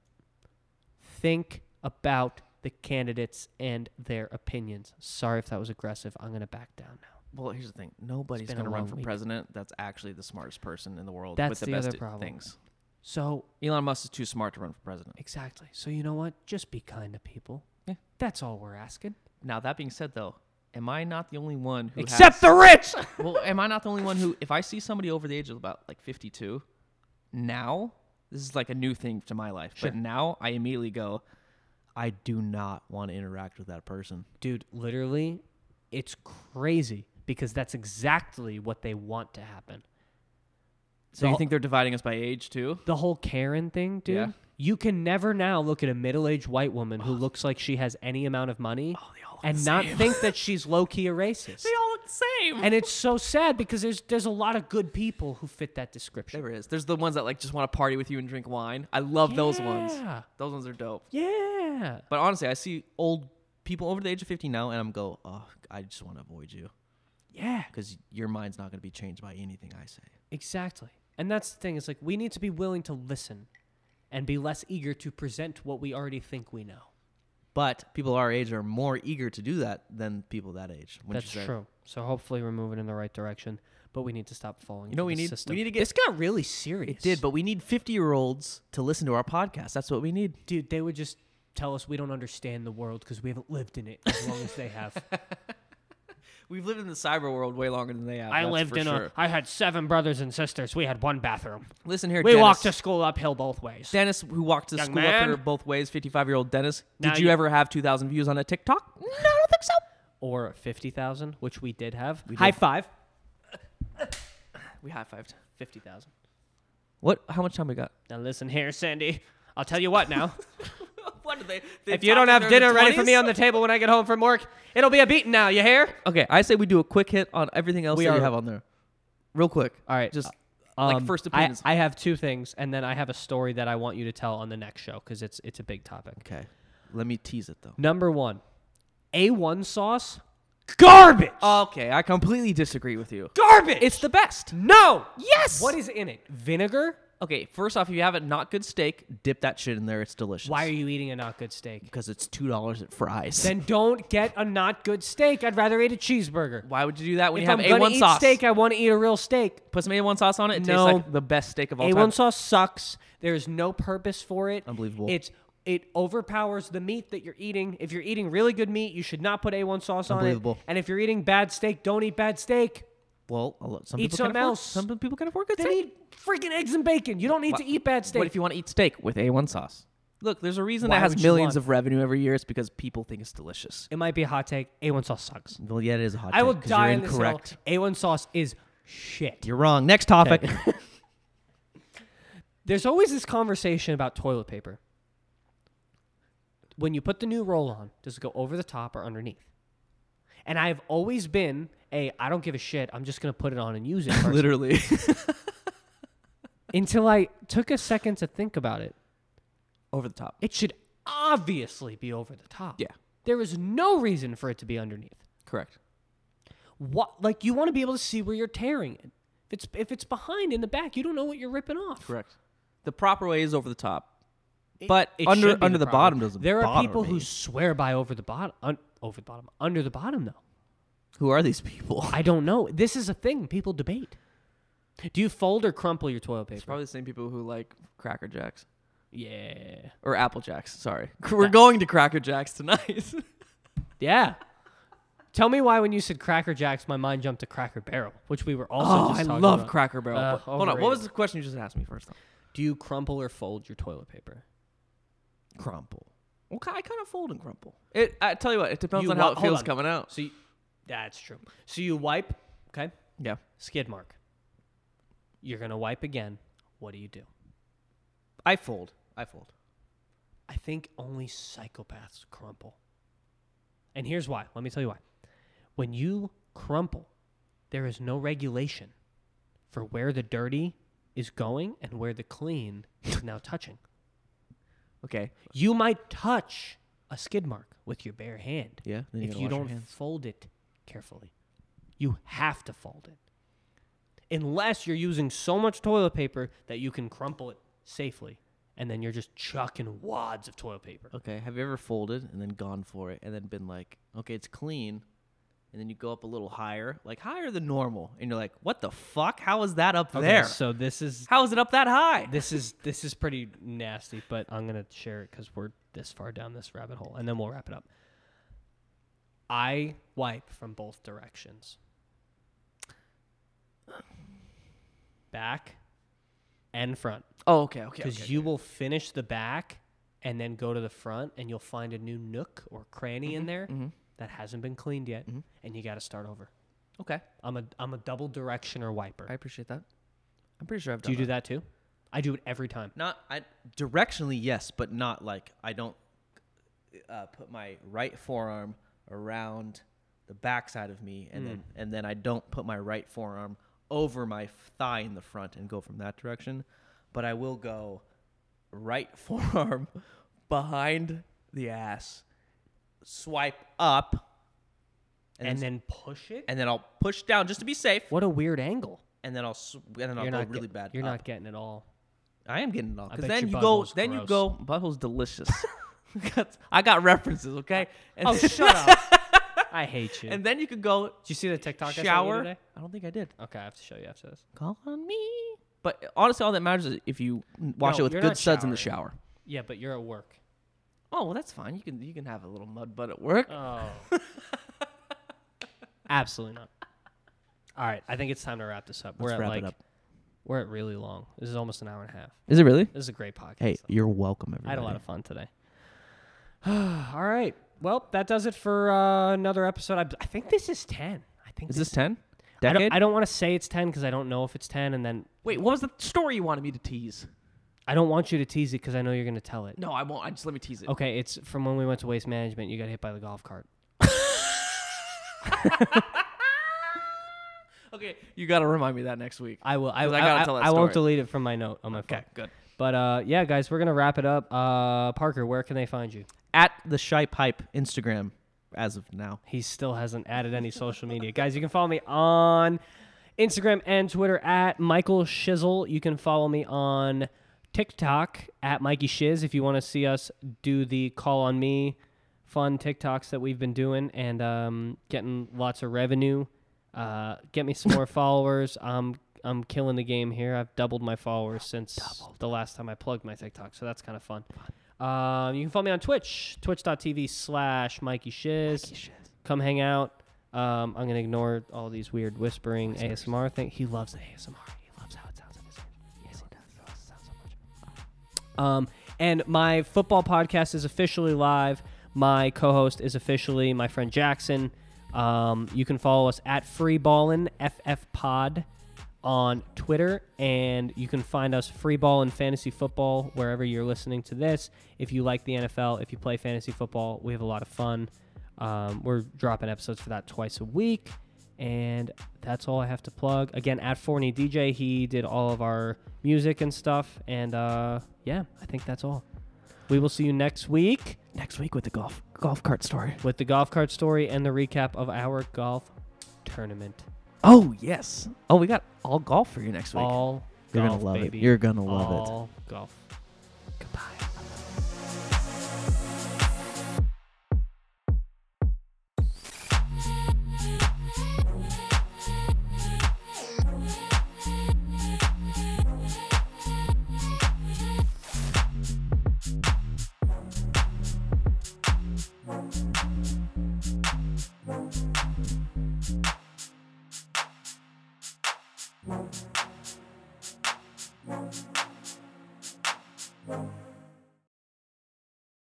Speaker 1: think about the candidates and their opinions. Sorry if that was aggressive. I'm going to back down now.
Speaker 2: Well, here's the thing. Nobody's
Speaker 1: been a
Speaker 2: going to run
Speaker 1: long
Speaker 2: for
Speaker 1: week.
Speaker 2: president that's actually the smartest person in the world
Speaker 1: That's
Speaker 2: with the,
Speaker 1: the
Speaker 2: best
Speaker 1: other
Speaker 2: i-
Speaker 1: problem.
Speaker 2: things.
Speaker 1: So,
Speaker 2: Elon Musk is too smart to run for president.
Speaker 1: exactly. So, you know what? Just be kind to people.
Speaker 2: Yeah.
Speaker 1: That's all we're asking.
Speaker 2: Now, that being said, though, am I not the only one who
Speaker 1: Except
Speaker 2: has,
Speaker 1: the rich. <laughs>
Speaker 2: well, am I not the only one who, if I see somebody over the age of about like 52 now, this is like a new thing to my life, but now I immediately go, I do not want to interact with that person.
Speaker 1: Dude, literally, it's crazy because that's exactly what they want to happen.
Speaker 2: So
Speaker 1: The
Speaker 2: you
Speaker 1: whole-
Speaker 2: think they're dividing us by age too?
Speaker 1: The whole Karen thing, dude.
Speaker 2: Yeah.
Speaker 1: You can never now look at a middle-aged white woman who looks like she has any amount of money
Speaker 2: Oh,
Speaker 1: and not think
Speaker 2: <laughs>
Speaker 1: that she's low-key a racist.
Speaker 3: all look the same.
Speaker 1: and it's so sad because there's there's a lot of good people who fit that description.
Speaker 2: There is. There's the ones that like just want to party with you and drink wine. I love those ones.
Speaker 1: Yeah.
Speaker 2: Those ones are dope.
Speaker 1: Yeah.
Speaker 2: But honestly, I see old people over the age of 50 now, and I'm go, oh, I just want to avoid you
Speaker 1: Yeah.
Speaker 2: because your mind's not going to be changed by anything I say.
Speaker 1: Exactly. And that's the thing is like we need to be willing to listen and be less eager to present what we already think we know.
Speaker 2: But people our age are more eager to do that than people that age. wouldn't
Speaker 1: that's
Speaker 2: you say?
Speaker 1: true. So hopefully we're moving in the right direction, but we need to stop falling.
Speaker 2: You know,
Speaker 1: for
Speaker 2: we
Speaker 1: the
Speaker 2: need
Speaker 1: system.
Speaker 2: we need to get
Speaker 1: This got really serious.
Speaker 2: it did, but we need 50 year olds to listen to our podcast. That's what we need.
Speaker 1: dude, they would just tell us we don't understand the world because we haven't lived in it as long as they
Speaker 2: <laughs>
Speaker 1: have.
Speaker 2: We've lived in the cyber world way longer than they have.
Speaker 1: I
Speaker 2: that's
Speaker 1: lived
Speaker 2: for
Speaker 1: in
Speaker 2: sure.
Speaker 1: a. I had seven brothers and sisters. We had one bathroom.
Speaker 2: Listen here,
Speaker 1: We
Speaker 2: Dennis.
Speaker 1: walked to school uphill both ways.
Speaker 2: Dennis, who walked to
Speaker 1: Young
Speaker 2: school
Speaker 1: man.
Speaker 2: up there both ways, 55 year old Dennis.
Speaker 1: Now
Speaker 2: did you,
Speaker 1: you-
Speaker 2: ever have 2,000 views on a TikTok? No, I don't think so.
Speaker 1: or 50,000, which we did have.
Speaker 2: We
Speaker 1: High
Speaker 2: did.
Speaker 1: five.
Speaker 3: we high fived.
Speaker 1: 50,000.
Speaker 2: What? How much time we got?
Speaker 1: Now listen here, Sandy. I'll tell you what
Speaker 2: <laughs>
Speaker 1: now.
Speaker 3: <laughs> What did they?
Speaker 1: if you don't have dinner ready for me on the table when I get home from work, it'll be a beating now, you hear?
Speaker 2: Okay, I say we do a quick hit on everything else
Speaker 1: We
Speaker 2: that
Speaker 1: are-
Speaker 2: you have on there, real quick.
Speaker 1: All right.
Speaker 2: just
Speaker 1: Um,
Speaker 2: uh, like first
Speaker 1: I,
Speaker 2: opinions.
Speaker 1: I have two things, and then I have a story that I want you to tell on the next show because it's, it's a big topic.
Speaker 2: okay, let me tease it though.
Speaker 1: Number one, A1 sauce, garbage.
Speaker 2: Okay, I completely disagree with you.
Speaker 1: garbage.
Speaker 2: It's the best.
Speaker 1: no.
Speaker 2: Yes.
Speaker 1: What is in it? Vinegar?
Speaker 3: okay, first off, if you have it not good steak,
Speaker 2: Dip that shit in there. It's delicious.
Speaker 1: Why are you eating a not good steak?
Speaker 2: Because it's two dollars at fries.
Speaker 1: then don't get a not good steak. I'd rather eat a cheeseburger.
Speaker 3: why would you do that when
Speaker 1: If
Speaker 3: you have
Speaker 1: I'm gonna
Speaker 3: A1
Speaker 1: eat
Speaker 3: sauce?
Speaker 1: steak, I want to eat a real steak.
Speaker 3: Put some A1 sauce on it. It
Speaker 1: No.
Speaker 3: tastes like the best steak of all
Speaker 1: A1
Speaker 3: time.
Speaker 1: sauce sucks. There is no purpose for it.
Speaker 2: Unbelievable.
Speaker 1: It's it overpowers the meat that you're eating. If you're eating really good meat, you should not put A1 sauce on it.
Speaker 2: Unbelievable.
Speaker 1: And if you're eating bad steak, don't eat bad steak.
Speaker 2: well, a lot- some
Speaker 1: Eat
Speaker 2: people can
Speaker 1: something
Speaker 2: afford-
Speaker 1: else.
Speaker 2: Some people can afford good
Speaker 1: Then
Speaker 2: steak.
Speaker 1: eat freaking eggs and bacon. You don't need to eat bad steak.
Speaker 3: What if you want to eat steak with A1 sauce? Look, there's a reason
Speaker 1: Why
Speaker 3: that
Speaker 1: would
Speaker 3: has
Speaker 1: you
Speaker 3: millions
Speaker 1: want-
Speaker 3: of revenue every year. It's because people think it's delicious.
Speaker 1: it might be a hot take. A1 sauce sucks.
Speaker 2: Well, yeah, it is a hot.
Speaker 1: I will
Speaker 2: take 'cause
Speaker 1: die
Speaker 2: You're
Speaker 1: in this hill.
Speaker 2: incorrect.
Speaker 1: A1 sauce is shit.
Speaker 2: You're wrong. Next topic.
Speaker 1: There's always this conversation about toilet paper. When you put the new roll on, does it go over the top or underneath? And I have always been a I don't give a shit. I'm just gonna put it on and
Speaker 3: <laughs>
Speaker 1: use it first.
Speaker 2: <laughs>
Speaker 3: Literally.
Speaker 1: until I took a second to think about it.
Speaker 3: Over the top.
Speaker 1: It should obviously be over the top.
Speaker 3: Yeah.
Speaker 1: There is no reason for it to be underneath.
Speaker 3: Correct.
Speaker 1: What like you want to be able to see where you're tearing it. If it's if it's behind in the back, you don't know what you're ripping off.
Speaker 3: Correct. The proper way is over the top.
Speaker 1: It-
Speaker 3: But
Speaker 1: it
Speaker 3: under-
Speaker 1: should be
Speaker 3: under the
Speaker 1: problem.
Speaker 2: bottom doesn't
Speaker 1: There are
Speaker 2: bother
Speaker 1: people who
Speaker 2: me.
Speaker 1: swear by over the bottom, un, over the bottom, under the bottom though.
Speaker 2: Who are these people?
Speaker 1: I don't know. This is a thing people debate. Do you fold or crumple your toilet paper?
Speaker 3: It's probably the same people who like Cracker Jacks
Speaker 1: yeah,
Speaker 3: or Apple Jacks.
Speaker 2: <laughs>
Speaker 3: Sorry. We're going to Cracker Jacks tonight. <laughs>
Speaker 1: yeah. Tell me why when you said Cracker Jacks, my mind jumped to Cracker Barrel, which we were also.
Speaker 3: oh,
Speaker 1: just
Speaker 3: I
Speaker 1: talking
Speaker 3: love
Speaker 1: about.
Speaker 3: Cracker Barrel.
Speaker 1: Uh,
Speaker 3: But- Hold on.
Speaker 1: overrated.
Speaker 3: What was the question you just asked me first?
Speaker 1: Do you crumple or fold your toilet paper?
Speaker 2: Crumple.
Speaker 3: Well, ki- I kind of fold and crumple. It. I tell you what. It depends
Speaker 1: You
Speaker 3: on
Speaker 1: wa-
Speaker 3: how it
Speaker 1: hold
Speaker 3: feels
Speaker 1: on.
Speaker 3: coming out.
Speaker 1: So you, that's true. So you wipe, okay?
Speaker 3: Yeah.
Speaker 1: Skid mark. You're gonna wipe again. What do you do?
Speaker 2: I fold. I fold.
Speaker 1: I think only psychopaths crumple. And here's why. Let me tell you why. When you crumple, there is no regulation for where the dirty is going and where the clean is now touching.
Speaker 3: Okay.
Speaker 1: You might touch a skid mark with your bare hand
Speaker 2: Yeah. Then
Speaker 1: if
Speaker 2: gotta
Speaker 1: you
Speaker 2: wash your
Speaker 1: don't
Speaker 2: hands.
Speaker 1: fold it carefully. You have to fold it. Unless you're using so much toilet paper that you can crumple it safely and then you're just chucking wads of toilet paper.
Speaker 2: Okay. Have you ever folded and then gone for it and then been like, okay, it's clean, and then you go up a little higher, like higher than normal, and you're like, what the fuck? How is that up
Speaker 1: Okay,
Speaker 2: there?
Speaker 1: So this is
Speaker 3: How is it up that high?
Speaker 1: this is this is pretty nasty, but I'm gonna share it because we're this far down this rabbit hole, and then we'll wrap it up. I wipe from both directions, back and front,
Speaker 3: Oh, okay. Okay.
Speaker 1: because you will finish the back and then go to the front, and you'll find a new nook or cranny
Speaker 3: Mm-hmm,
Speaker 1: in there that hasn't been cleaned yet, and you got to start over.
Speaker 3: Okay.
Speaker 1: I'm a I'm a double directioner wiper.
Speaker 3: I appreciate that. I'm pretty sure I've
Speaker 1: do
Speaker 3: done
Speaker 1: you do that too? I do it every time.
Speaker 2: Not I directionally yes, but not like I don't uh, put my right forearm around the backside of me, and then
Speaker 1: Hmm.
Speaker 2: and then I don't put my right forearm over my f- thigh in the front and go from that direction, but I will go right <laughs> forearm behind the ass, swipe up, and,
Speaker 1: and
Speaker 2: then
Speaker 1: then push it.
Speaker 2: and then I'll push down just to be safe,
Speaker 1: What a weird angle.
Speaker 2: and then I'll sw- and then I'll
Speaker 1: you're
Speaker 2: go
Speaker 1: not
Speaker 2: really
Speaker 1: get-
Speaker 2: bad.
Speaker 1: You're
Speaker 2: up.
Speaker 1: not getting it all.
Speaker 2: I am getting it all
Speaker 1: I
Speaker 2: because
Speaker 1: bet
Speaker 2: then
Speaker 1: your
Speaker 2: you go.
Speaker 1: butthole's
Speaker 2: Then you
Speaker 1: gross.
Speaker 2: go.
Speaker 3: Butthole's delicious. <laughs> That's- I got references. Okay. And, <laughs>
Speaker 1: Oh, <laughs> shut up. I hate you.
Speaker 3: and then you could go
Speaker 1: Did you see the TikTok I showed you
Speaker 3: shower.
Speaker 1: today?
Speaker 3: I don't think I did.
Speaker 1: Okay, I have to show you after this.
Speaker 3: Call on me. But honestly, all that matters is if you n- wash
Speaker 1: No,
Speaker 3: it with
Speaker 1: you're
Speaker 3: good
Speaker 1: not
Speaker 3: suds in the shower.
Speaker 1: Yeah, but you're at work.
Speaker 3: Oh well, that's fine. You can you can have a little mud butt at work.
Speaker 1: Oh. <laughs> Absolutely not. All right, I think it's time to wrap this up. we're
Speaker 2: Let's
Speaker 1: at
Speaker 2: wrap it
Speaker 1: like
Speaker 2: up.
Speaker 1: we're at really long. This is almost an hour and a half.
Speaker 3: Is it really?
Speaker 1: This is a great podcast.
Speaker 2: Hey, you're welcome,
Speaker 1: I
Speaker 2: everybody.
Speaker 1: had a lot of fun today. <sighs> All right. Well, that does it for uh, another episode. I, I think this is 10. I think
Speaker 3: Is this ten?
Speaker 1: I
Speaker 3: Decade?
Speaker 1: don't, I don't want to say it's 10 because I don't know if it's 10. And then
Speaker 3: Wait, what was the story you wanted me to tease?
Speaker 1: I don't want you to tease it because I know you're going to tell it.
Speaker 3: No, I won't. I just let me tease it.
Speaker 1: Okay, it's from when we went to waste management. You got hit by the golf cart.
Speaker 3: <laughs> Okay, you got to remind me that next week.
Speaker 1: I will. I,
Speaker 3: 'Cause
Speaker 1: I,
Speaker 3: I gotta
Speaker 1: I-
Speaker 3: tell that
Speaker 1: I won't
Speaker 3: story.
Speaker 1: delete it from my note on my phone.
Speaker 3: Okay, good.
Speaker 1: But uh, yeah, guys, we're gonna wrap it up. Uh, Parker, where can they find you?
Speaker 2: At the Shy Pipe Instagram as of now.
Speaker 1: He still hasn't added any social media. Guys, you can follow me on Instagram and Twitter at Michael Shizzle. You can follow me on TikTok at Mikey Shiz if you want to see us do the call on me fun TikToks that we've been doing and um, getting lots of revenue. Uh, get me <laughs> some more followers. I'm I'm killing the game here. I've doubled my followers since the last time I plugged my TikTok, so that's kind of fun. Um, you can follow me on Twitch, twitch.tv slash Mikey Shiz come hang out. Um, I'm gonna ignore all these weird whispering ASMR thing. He loves the ASMR. He loves how it sounds in his head. Yes, he does. Oh, it sounds so much. Um, and my football podcast is officially live. My co-host is officially my friend Jackson. Um, you can follow us at Freeballin FF Pod on Twitter, and you can find us Freeball and Fantasy Football wherever you're listening to this. If you like the NFL, if you play fantasy football, we have a lot of fun. Um, we're dropping episodes for that twice a week. And that's all I have to plug. Again, at Forney DJ, he did all of our music and stuff. And uh, yeah, I think that's all. We will see you next week
Speaker 3: Next week with the golf golf cart story.
Speaker 1: with the golf cart story and the recap of our golf tournament.
Speaker 3: Oh yes. Oh, we got all golf for you next week.
Speaker 1: All
Speaker 2: You're
Speaker 1: golf,
Speaker 2: gonna love
Speaker 1: baby.
Speaker 2: it. You're gonna love it.
Speaker 1: all golf.